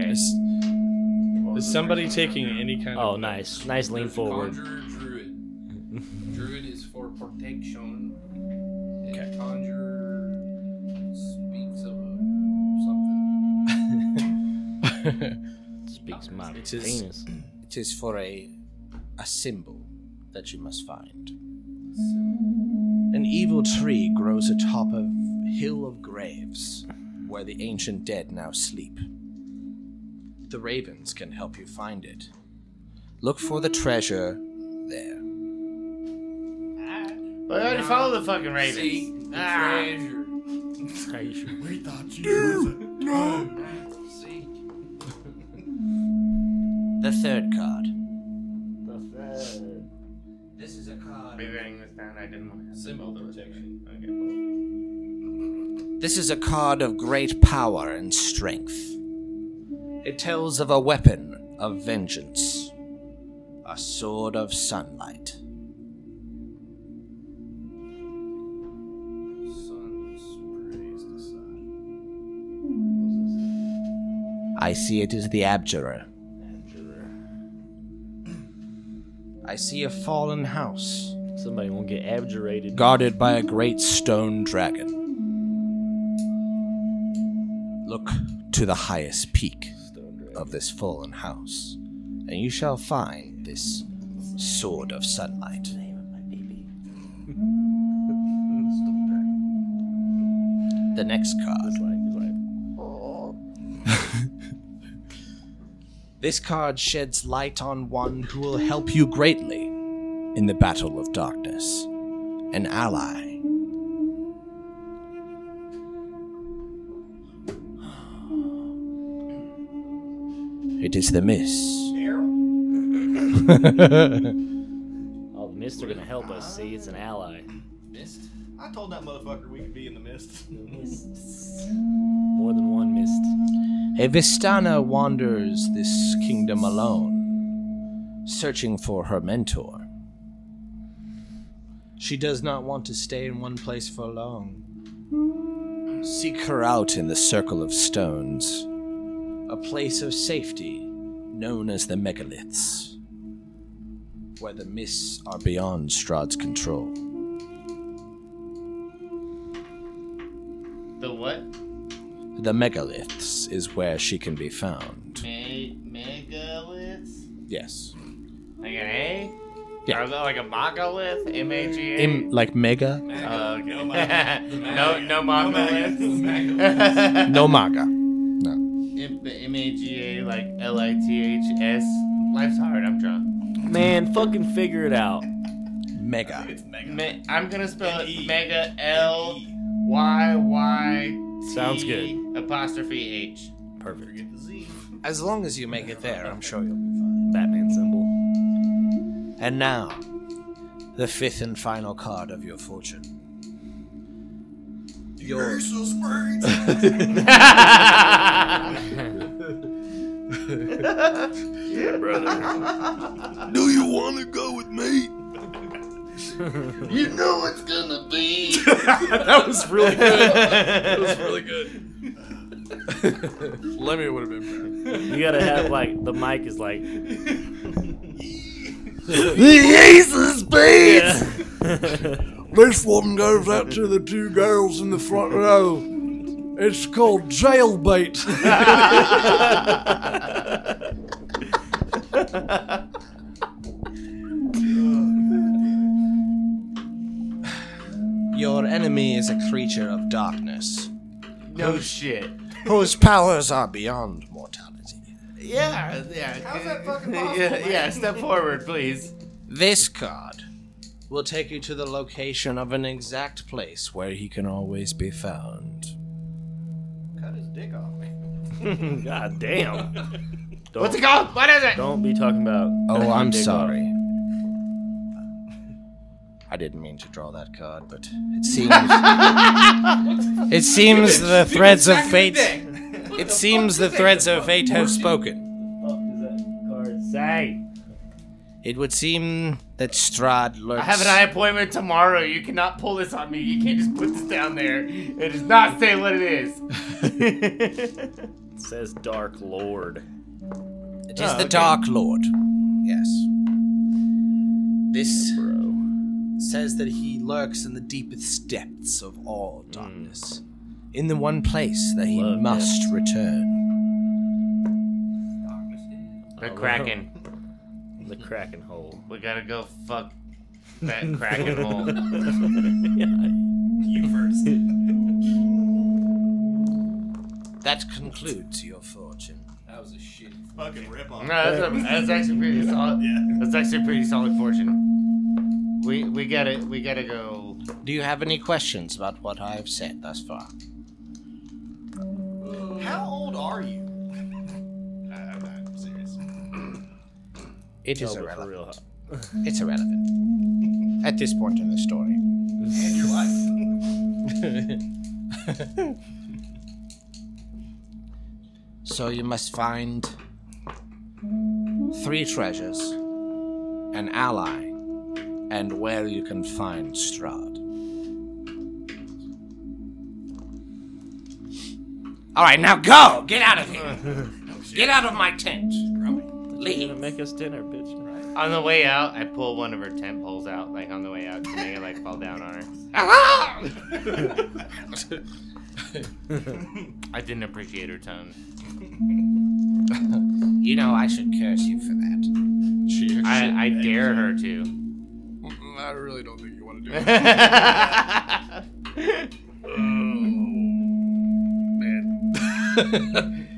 S1: Okay.
S2: Is, is somebody taking any kind
S3: Oh,
S2: of
S3: nice. Nice lean
S8: There's
S3: forward.
S8: Conjurer, druid. druid is for protection. And Conjurer speaks of a something.
S3: Speaks my
S2: It is-
S3: penis.
S6: It is for a a symbol that you must find. An evil tree grows atop a hill of graves where the ancient dead now sleep. The ravens can help you find it. Look for the treasure there.
S1: Well, I already follow the fucking Ravens.
S8: Seek the
S1: Ah.
S8: treasure.
S3: Are you sure?
S8: Seek.
S6: The third card. This is a card.
S1: Maybe I writing this down. I didn't want to.
S8: Symbol of protection.
S1: Okay. cool.
S6: This is a card of great power and strength. It tells of a weapon of vengeance, a sword of sunlight. I see it is the abjurer. I see a fallen house
S3: Somebody won't get abjurated.
S6: guarded by a great stone dragon. Look to the highest peak of this fallen house, and you shall find this sword of sunlight. The next card. [laughs] This card sheds light on one who will help you greatly in the battle of darkness an ally. It is the miss.
S3: Oh, the mists are gonna help us. See, it's an ally.
S8: Mist?
S5: I told that motherfucker we could be in the mist.
S3: More than one mist.
S6: A Vistana wanders this kingdom alone, searching for her mentor. She does not want to stay in one place for long. Seek her out in the Circle of Stones, a place of safety known as the Megaliths, where the mists are beyond Strahd's control.
S1: The what?
S6: The Megaliths is where she can be found.
S1: Me- megaliths?
S6: Yes.
S1: Like an A?
S6: Yeah.
S1: Or is that like a megalith? M A G A?
S6: Im- like Mega?
S1: Oh, okay. [laughs] No, no
S5: [laughs]
S1: megaliths.
S6: No Maga.
S1: M A G A, like L I T H S. Life's hard. I'm drunk.
S3: Man, fucking figure it out.
S6: Mega.
S1: Me- I'm gonna spell
S5: M E.
S1: it mega L Y Y.
S3: Sounds good.
S1: Apostrophe H.
S3: Perfect.
S6: As long as you make it there, I'm sure you'll be fine.
S3: Batman [laughs] symbol.
S6: And now, the fifth and final card of your fortune. Your,
S5: Do you want to go with
S6: [laughs]
S5: me?
S1: You know it's gonna
S6: [laughs]
S1: be.
S2: that was really good. That was really good. Lemmy would have been proud.
S3: You gotta have like the mic is like. [laughs]
S6: Jesus, please!
S3: Yeah.
S6: [laughs] This one goes out to the two girls in the front row. It's called jailbait. [laughs] Your enemy is a creature of darkness
S1: no Oh, shit.
S6: whose powers are beyond mortality.
S1: Yeah, uh, yeah.
S4: Mm-hmm.
S1: [laughs]
S4: How's that fucking possible,
S1: yeah, yeah,
S4: man?
S1: step forward, please.
S6: This card will take you to the location of an exact place where he can always be found.
S5: Cut his dick off.
S3: God damn. Don't,
S1: What's it called? What is it?
S3: Don't be talking about.
S6: Oh, I'm
S3: Dick
S6: sorry. I didn't mean to draw that card, but it seems it [laughs] seems the threads of fate it seems the threads of fate have spoken.
S3: Say.
S6: It would seem that Strahd lurks.
S1: I have an eye appointment tomorrow. You cannot pull this on me. You can't just put this down there. It does not say what it is.
S3: It says Dark Lord. Ah,
S6: It is the Dark Lord. Yes. This says that he lurks in the deepest depths of all
S3: Hmm.
S6: darkness, in the one place that he
S3: Love
S6: must return.
S1: The Kraken.
S3: The Kraken hole.
S1: We gotta go fuck that
S3: [laughs]
S1: Kraken hole.
S5: [laughs]
S6: That concludes your fortune.
S8: That was a shit.
S5: Fucking rip
S1: No,
S5: off.
S1: that's, a, that's actually pretty solid. That's actually pretty solid fortune. We we gotta we gotta go.
S6: Do you have any questions about what I've said thus far?
S5: How old are you? I, I'm not serious.
S6: It is
S3: No, but for
S6: irrelevant.
S3: real.
S6: It's irrelevant. [laughs] At this point in the story.
S5: And your life.
S6: So you must find three treasures, an ally, and where you can find Strahd. All right, now go! Get out of here! Get out of my tent!
S3: You're [laughs]
S6: Leave.
S3: gonna make us dinner, bitch.
S1: On the way out, I pull one of her tent poles out, like on the way out, to make it like fall down on her. I didn't appreciate her tone.
S6: You know I should curse you for that.
S2: She actually,
S1: I, I dare her to.
S2: Mm, I, really don't think you want [laughs] to do it.
S1: I
S2: Man.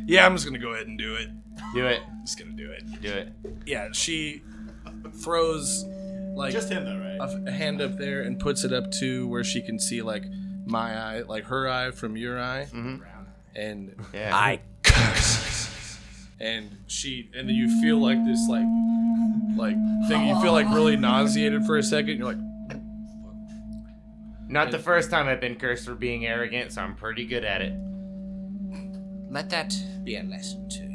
S2: [laughs] yeah, I'm just gonna go ahead and do it.
S1: [laughs] Do it.
S2: Just gonna do it.
S1: Do it.
S2: Yeah, she throws like
S5: Just him though, right?
S2: a f- a hand up there and puts it up to where she can see like my eye, like her eye from your eye, and [laughs]
S1: Yeah.
S6: I curse
S2: and she and then you feel like this like like thing. You feel like really nauseated for a second. You're like,
S1: Not the first time I've been cursed for being arrogant, so I'm pretty good at it.
S6: you. Let that be a lesson to you.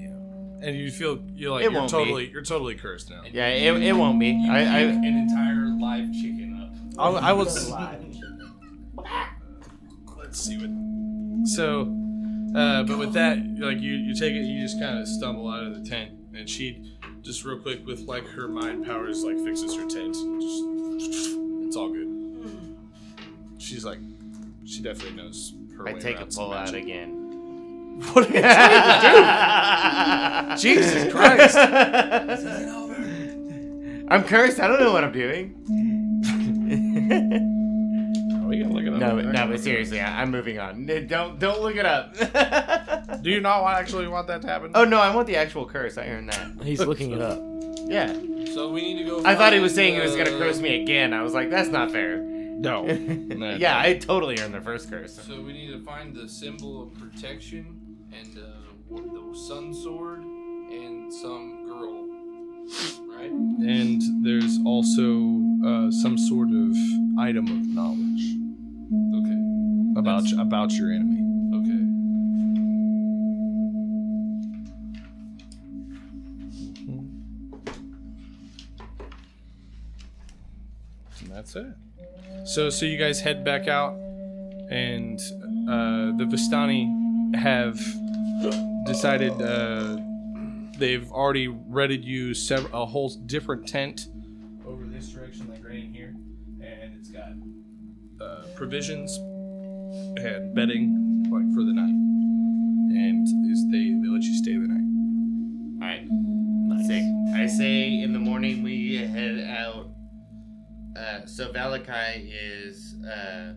S2: and you feel you're like
S1: It
S2: you're
S1: won't be.
S2: totally you're totally cursed now.
S1: Yeah, it, it won't be. I, I
S8: an entire live chicken up.
S2: I, I was. Let's see what. So, uh, but with that, like you, you take it, you just kind of stumble out of the tent, and she just real quick with like her mind powers, like fixes her tent. Just, it's all good. She's like, she definitely knows her
S1: I
S2: way
S1: take a
S2: around
S1: pull
S2: some
S1: out
S2: magic.
S1: again.
S2: What are you
S1: [laughs]
S2: trying to do? Jesus Christ!
S1: I'm cursed. I don't know what I'm doing.
S2: Are Oh, we gonna look it up?
S1: No, but, no, but seriously, I, I'm moving on. No, Don't don't look it up. [laughs]
S2: Do you not want, actually want that to happen?
S1: oh no, I want the actual curse. I earned that.
S3: He's looking it up. [laughs]
S1: Yeah,
S8: So we need to go.
S1: I thought he was
S8: find,
S1: saying he was gonna
S8: uh,
S1: curse me again. I was like, that's not fair.
S2: No.
S1: [laughs]
S2: No.
S1: Yeah, I totally earned the first curse.
S8: So we need to find the symbol of protection and uh, what- the sun sword and some girl. Right?
S2: And there's also uh, some sort of item of knowledge
S8: Okay.
S2: about about your enemy.
S8: Okay.
S2: And that's it. So so you guys head back out, and uh, the Vistani have decided uh, they've already rented you sev- a whole different tent over this direction, like right in here, and it's got uh, provisions and bedding like for the night, and is they they let you stay the night.
S1: All right, sick. I say in the morning we head out. Uh, so Valakai is uh,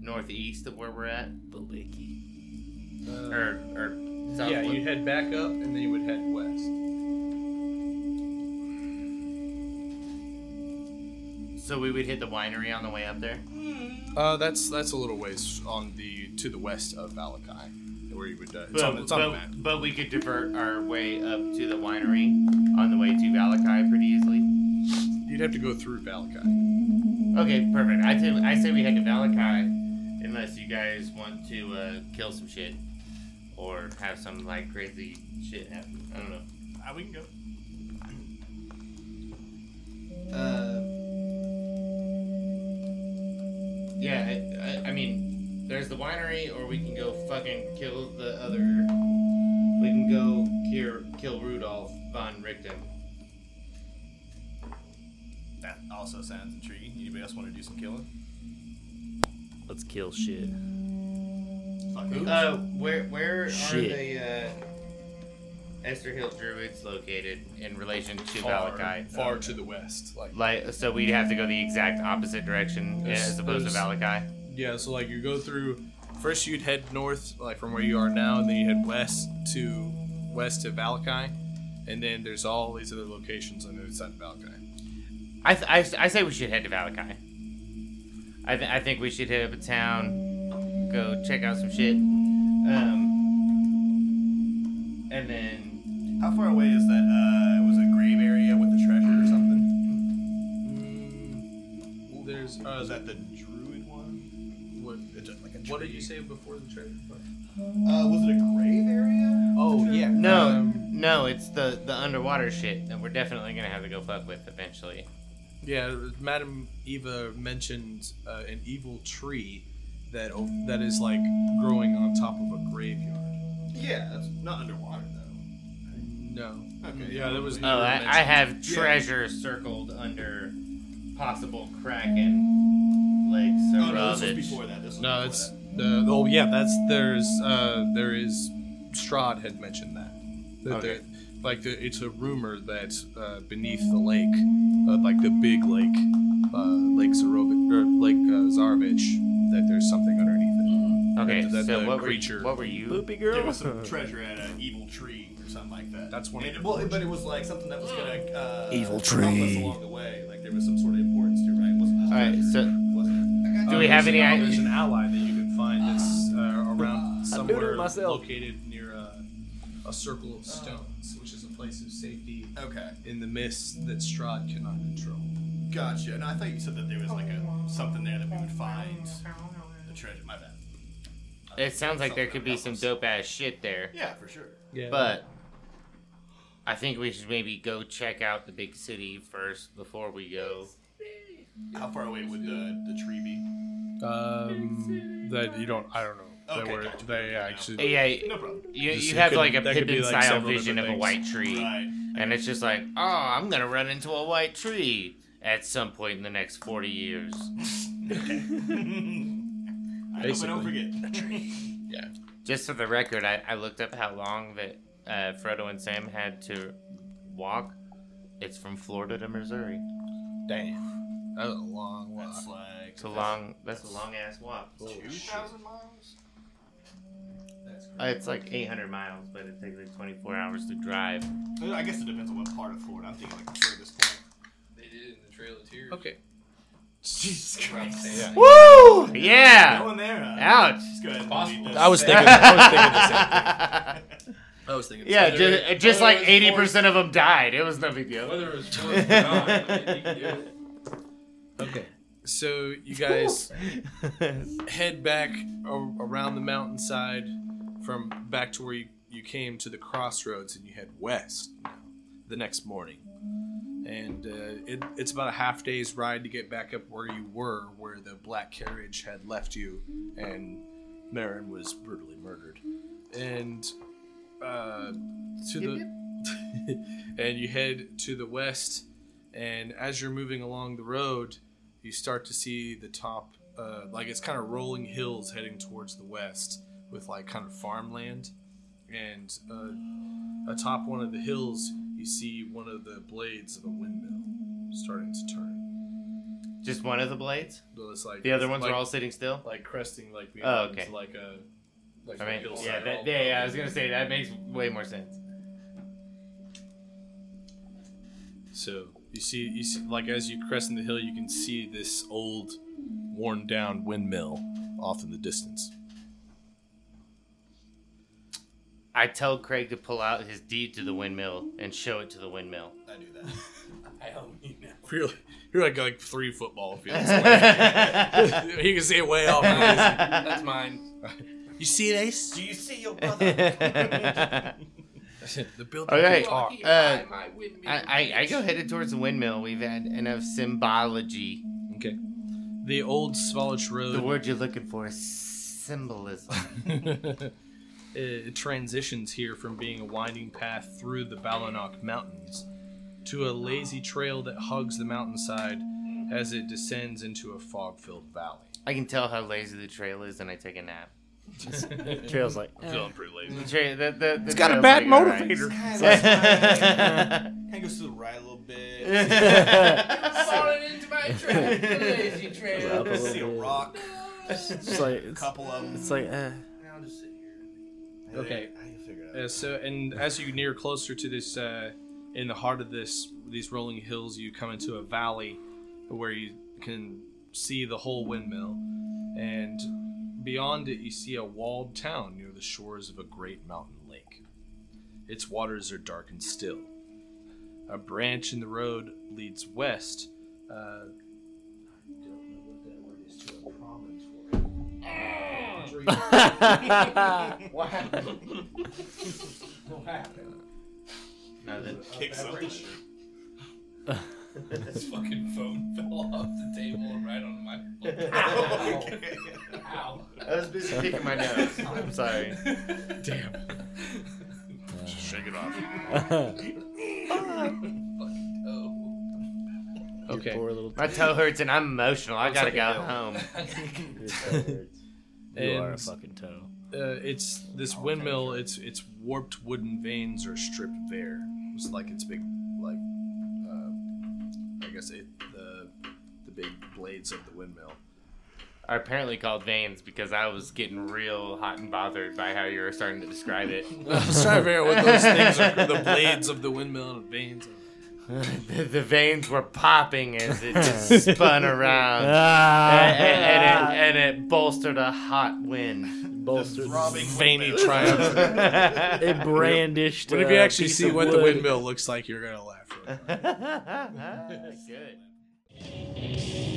S1: northeast of where we're at. Baliki. or or
S10: yeah,
S1: Southwood.
S10: you head back up, and then you would head west.
S1: So we would hit the winery on the way up there.
S7: Uh, that's that's a little ways on the to the west of Valakai, where you would. Uh, it's
S1: But,
S7: on, it's on the map.
S1: but, but we could divert our way up to the winery on the way to Valakai pretty easily.
S7: You'd have to go through Valakai.
S1: Okay, perfect. I say I say we head to Valakai, unless you guys want to uh, kill some shit or have some like crazy shit happen. I don't know.
S2: Ah, we can go.
S4: Uh,
S1: Yeah, I, I, I mean, there's the winery, or we can go fucking kill the other. We can go cure, kill Rudolph von Richten.
S5: That also sounds intriguing. Anybody else want to do some killing?
S3: Let's kill shit.
S5: Fuck it.
S1: Uh, where where
S3: Shit.
S1: are the uh, Esther Hill Druids located in relation to
S7: Far,
S1: Valakai?
S7: far to the west. Like
S1: Like, so we'd have to go the exact opposite direction
S7: Yes,
S1: as opposed to
S7: there's-
S1: Valakai.
S7: yeah, so like you go through. First, you'd head north, like from where you are now, and then you head west to west to Valakai, and then there's all these other locations on the other side of Valakai.
S1: I, th- I, s- I say we should head to Valakai. I, th- I think we should hit up a town, go check out some shit. Um, and then
S5: How far away is that? Uh, was it a grave area with the treasure or something?
S10: Mm, there's uh,
S5: Was that the druid one?
S10: what,
S5: It's just like a
S10: what did
S5: tree.
S10: you say before the treasure? fight?
S5: Uh, was it a grave area?
S10: Oh yeah,
S1: no
S10: um,
S1: no it's the the underwater shit that we're definitely gonna have to go fuck with eventually.
S10: yeah. Madam Eva mentioned uh, an evil tree that o- that is like growing on top of a graveyard.
S5: Yeah, that's not underwater though.
S10: No.
S5: Okay.
S10: Yeah, there was.
S1: Oh, I, I have treasure circled under possible kraken legs.
S5: Oh, no, this was
S1: ravage.
S5: before that. This was
S7: No,
S5: before
S7: it's
S5: that.
S7: the oh yeah, that's there's uh there is Strahd had mentioned that. That
S1: Okay.
S7: there- like the, it's a rumor that uh, beneath the lake, uh, like the big lake, uh, Lake Zarovic or Lake uh, Zarovich, that there's something underneath
S1: Mm. Okay,
S7: That- that
S1: so
S7: the
S1: what were,
S7: creature-
S1: what were you?
S3: Boopy girl.
S5: There was
S3: [laughs]
S5: some treasure at an evil tree or something like that.
S7: That's one of
S5: And,
S7: your
S5: well, but it was like something that was gonna uh,
S11: Evil
S5: help us
S11: tree.
S5: along the way. Like there was some sort of importance to it, right? It Wasn't just
S1: All right,
S5: treasure,
S1: so-
S5: wasn't it?
S1: Do we have
S10: there's
S1: any
S10: an-
S1: idea?
S10: There's an ally that you can find that's uh, around somewhere
S3: myself.
S10: located near
S7: uh,
S10: a, a circle of stones, which is a place of safety
S5: Okay,
S10: in the mist that Strahd cannot control.
S5: gotcha. And I thought you said that there was like a something there that we would find the treasure. My bad.
S1: It sounds like there
S5: Something
S1: could be
S5: about
S1: some
S5: this.
S1: dope ass shit there.
S5: Yeah, for sure.
S10: Yeah,
S1: But I think we should maybe go check out the big city first before we go.
S5: How far away would the, the tree be?
S7: it. Um, that you don't. I don't know.
S5: Okay,
S7: they were
S5: gotcha.
S7: they
S5: Yeah.
S7: actually.
S1: Yeah,
S5: No problem.
S1: you,
S7: This
S1: you have
S7: could-
S1: like a
S7: that could be,
S1: Pippin
S7: like,
S1: style
S7: several
S1: vision of
S7: different
S1: a white tree,
S5: Right. [laughs]
S1: and it's just like, oh, I'm gonna run into a white tree at some point in the next forty years.
S5: I hope I don't
S7: Basically.
S5: forget.
S1: Just for the record, I, I looked up how long that uh, Frodo and Sam had to walk. It's from Florida to Missouri.
S7: Damn, that was a long
S5: [laughs]
S7: walk.
S5: That's like
S1: It's a long. That's a long ass walk.
S5: two thousand miles.
S1: Uh, it's like 800 miles, but it takes like 24 hours to drive.
S5: I guess it depends on what part of Florida. I'm thinking like the furthest point.
S4: they did it in the Trail of Tears. [laughs]
S7: Okay.
S5: Jesus Christ.
S7: Yeah.
S1: Woo!
S5: No
S1: Yeah.
S5: one there. Huh?
S1: Ouch.
S5: Just go ahead and
S4: Possible.
S5: delete this.
S7: [laughs] I was thinking. I was thinking the same.
S10: I was thinking.
S1: yeah,
S4: Whether
S1: just, uh,
S4: it-
S1: just like
S4: whether it's
S1: 80 percent of them died. It was no big deal.
S4: Whether it was worth it or not, you can do it.
S10: Okay.
S7: So you guys head back a- around the mountainside from back to where you, you came to the crossroads, and you head west now, the next morning. And uh, it, it's about a half day's ride to get back up where you were, where the black carriage had left you, and Marin was brutally murdered. And uh, to the [laughs] and you head to the west, and as you're moving along the road, you start to see the top uh, like it's kind of rolling hills heading towards the west with like kind of farmland and uh, atop one of the hills you see one of the blades of a windmill starting to turn
S1: Just one of the blades.
S7: so it's like
S1: The other ones
S7: like,
S1: are all sitting still.
S7: like cresting like the
S1: Oh,
S7: arms,
S1: okay.
S7: like a
S12: Like
S1: I mean,
S12: Bill
S1: yeah,
S12: Cyril.
S1: that, yeah, yeah, I was gonna say that makes way more sense.
S7: So you see, you see, like as you crest in the hill, you can see this old, worn-down windmill off in the distance.
S1: I tell Craig to pull out his deed to the windmill and show it to the windmill.
S5: I do that.
S12: I don't mean that.
S7: You're like, you're like, like three football fields.
S1: That's
S7: away. [laughs] you can see it way [laughs] off. in the distance.
S12: That's mine.
S7: You see it, Ace?
S5: Do you see your brother?
S7: the building.
S1: Okay.
S7: Talk.
S12: Lucky
S1: uh,
S12: I might win me.
S1: I, I, I go headed towards the windmill. We've had enough symbology.
S7: Okay. The old Svalich Road.
S1: The word you're looking for is symbolism. [laughs]
S7: [laughs] it transitions here from being a winding path through the Balanok Mountains to a lazy trail that hugs the mountainside as it descends into a fog filled valley.
S1: I can tell how lazy the trail is, and I take a nap.
S3: Trail's like,
S7: Feeling pretty lazy.
S1: The tra- the, the, the
S13: It's got a
S1: trail's
S13: bad
S1: like, all right.
S13: motivator.
S5: Kind of goes through the ride a little bit. [laughs]
S12: falling into my trap, the lazy trail.
S3: Well,
S5: see a rock,
S3: it's like, it's,
S5: couple of them.
S3: it's like, eh.
S12: Now just sit here.
S7: Okay.
S5: I can figure it out.
S7: Uh, so, and as you near closer to this, uh, in the heart of this, these rolling hills, you come into a valley where you can see the whole windmill, and beyond it, you see a walled town near the shores of a great mountain lake. Its waters are dark and still. A branch in the road leads west. Uh,
S5: Kick something.
S12: His fucking phone fell off the table and right on my. Ow.
S1: I was busy picking my nose. I'm sorry.
S7: shake it off.
S12: Fucking toe.
S7: Okay.
S3: Poor little.
S1: My toe hurts, and I'm emotional. I gotta go home.
S3: Your toe hurts. You are a
S7: And-
S3: fucking [laughs] toe.
S7: uh, it's this windmill. It's it's warped wooden veins are stripped bare. It's like its big, like uh, I guess it the the big blades of the windmill.
S1: Are apparently called veins because I was getting real hot and bothered by how you were starting to describe it.
S7: I was trying to figure out what [laughs] those things are. The blades of the windmill and veins.
S1: the, the veins were popping as it just spun
S3: [laughs]
S1: around. And, and-
S3: Ah,
S1: and it, and it bolstered a hot wind.
S3: bolstered.
S7: Veiny triumph.
S3: It brandished.
S7: But if
S3: a
S7: you actually
S3: piece
S7: see
S3: of
S7: what the
S3: wood.
S7: windmill looks like, you're gonna laugh.
S1: Good.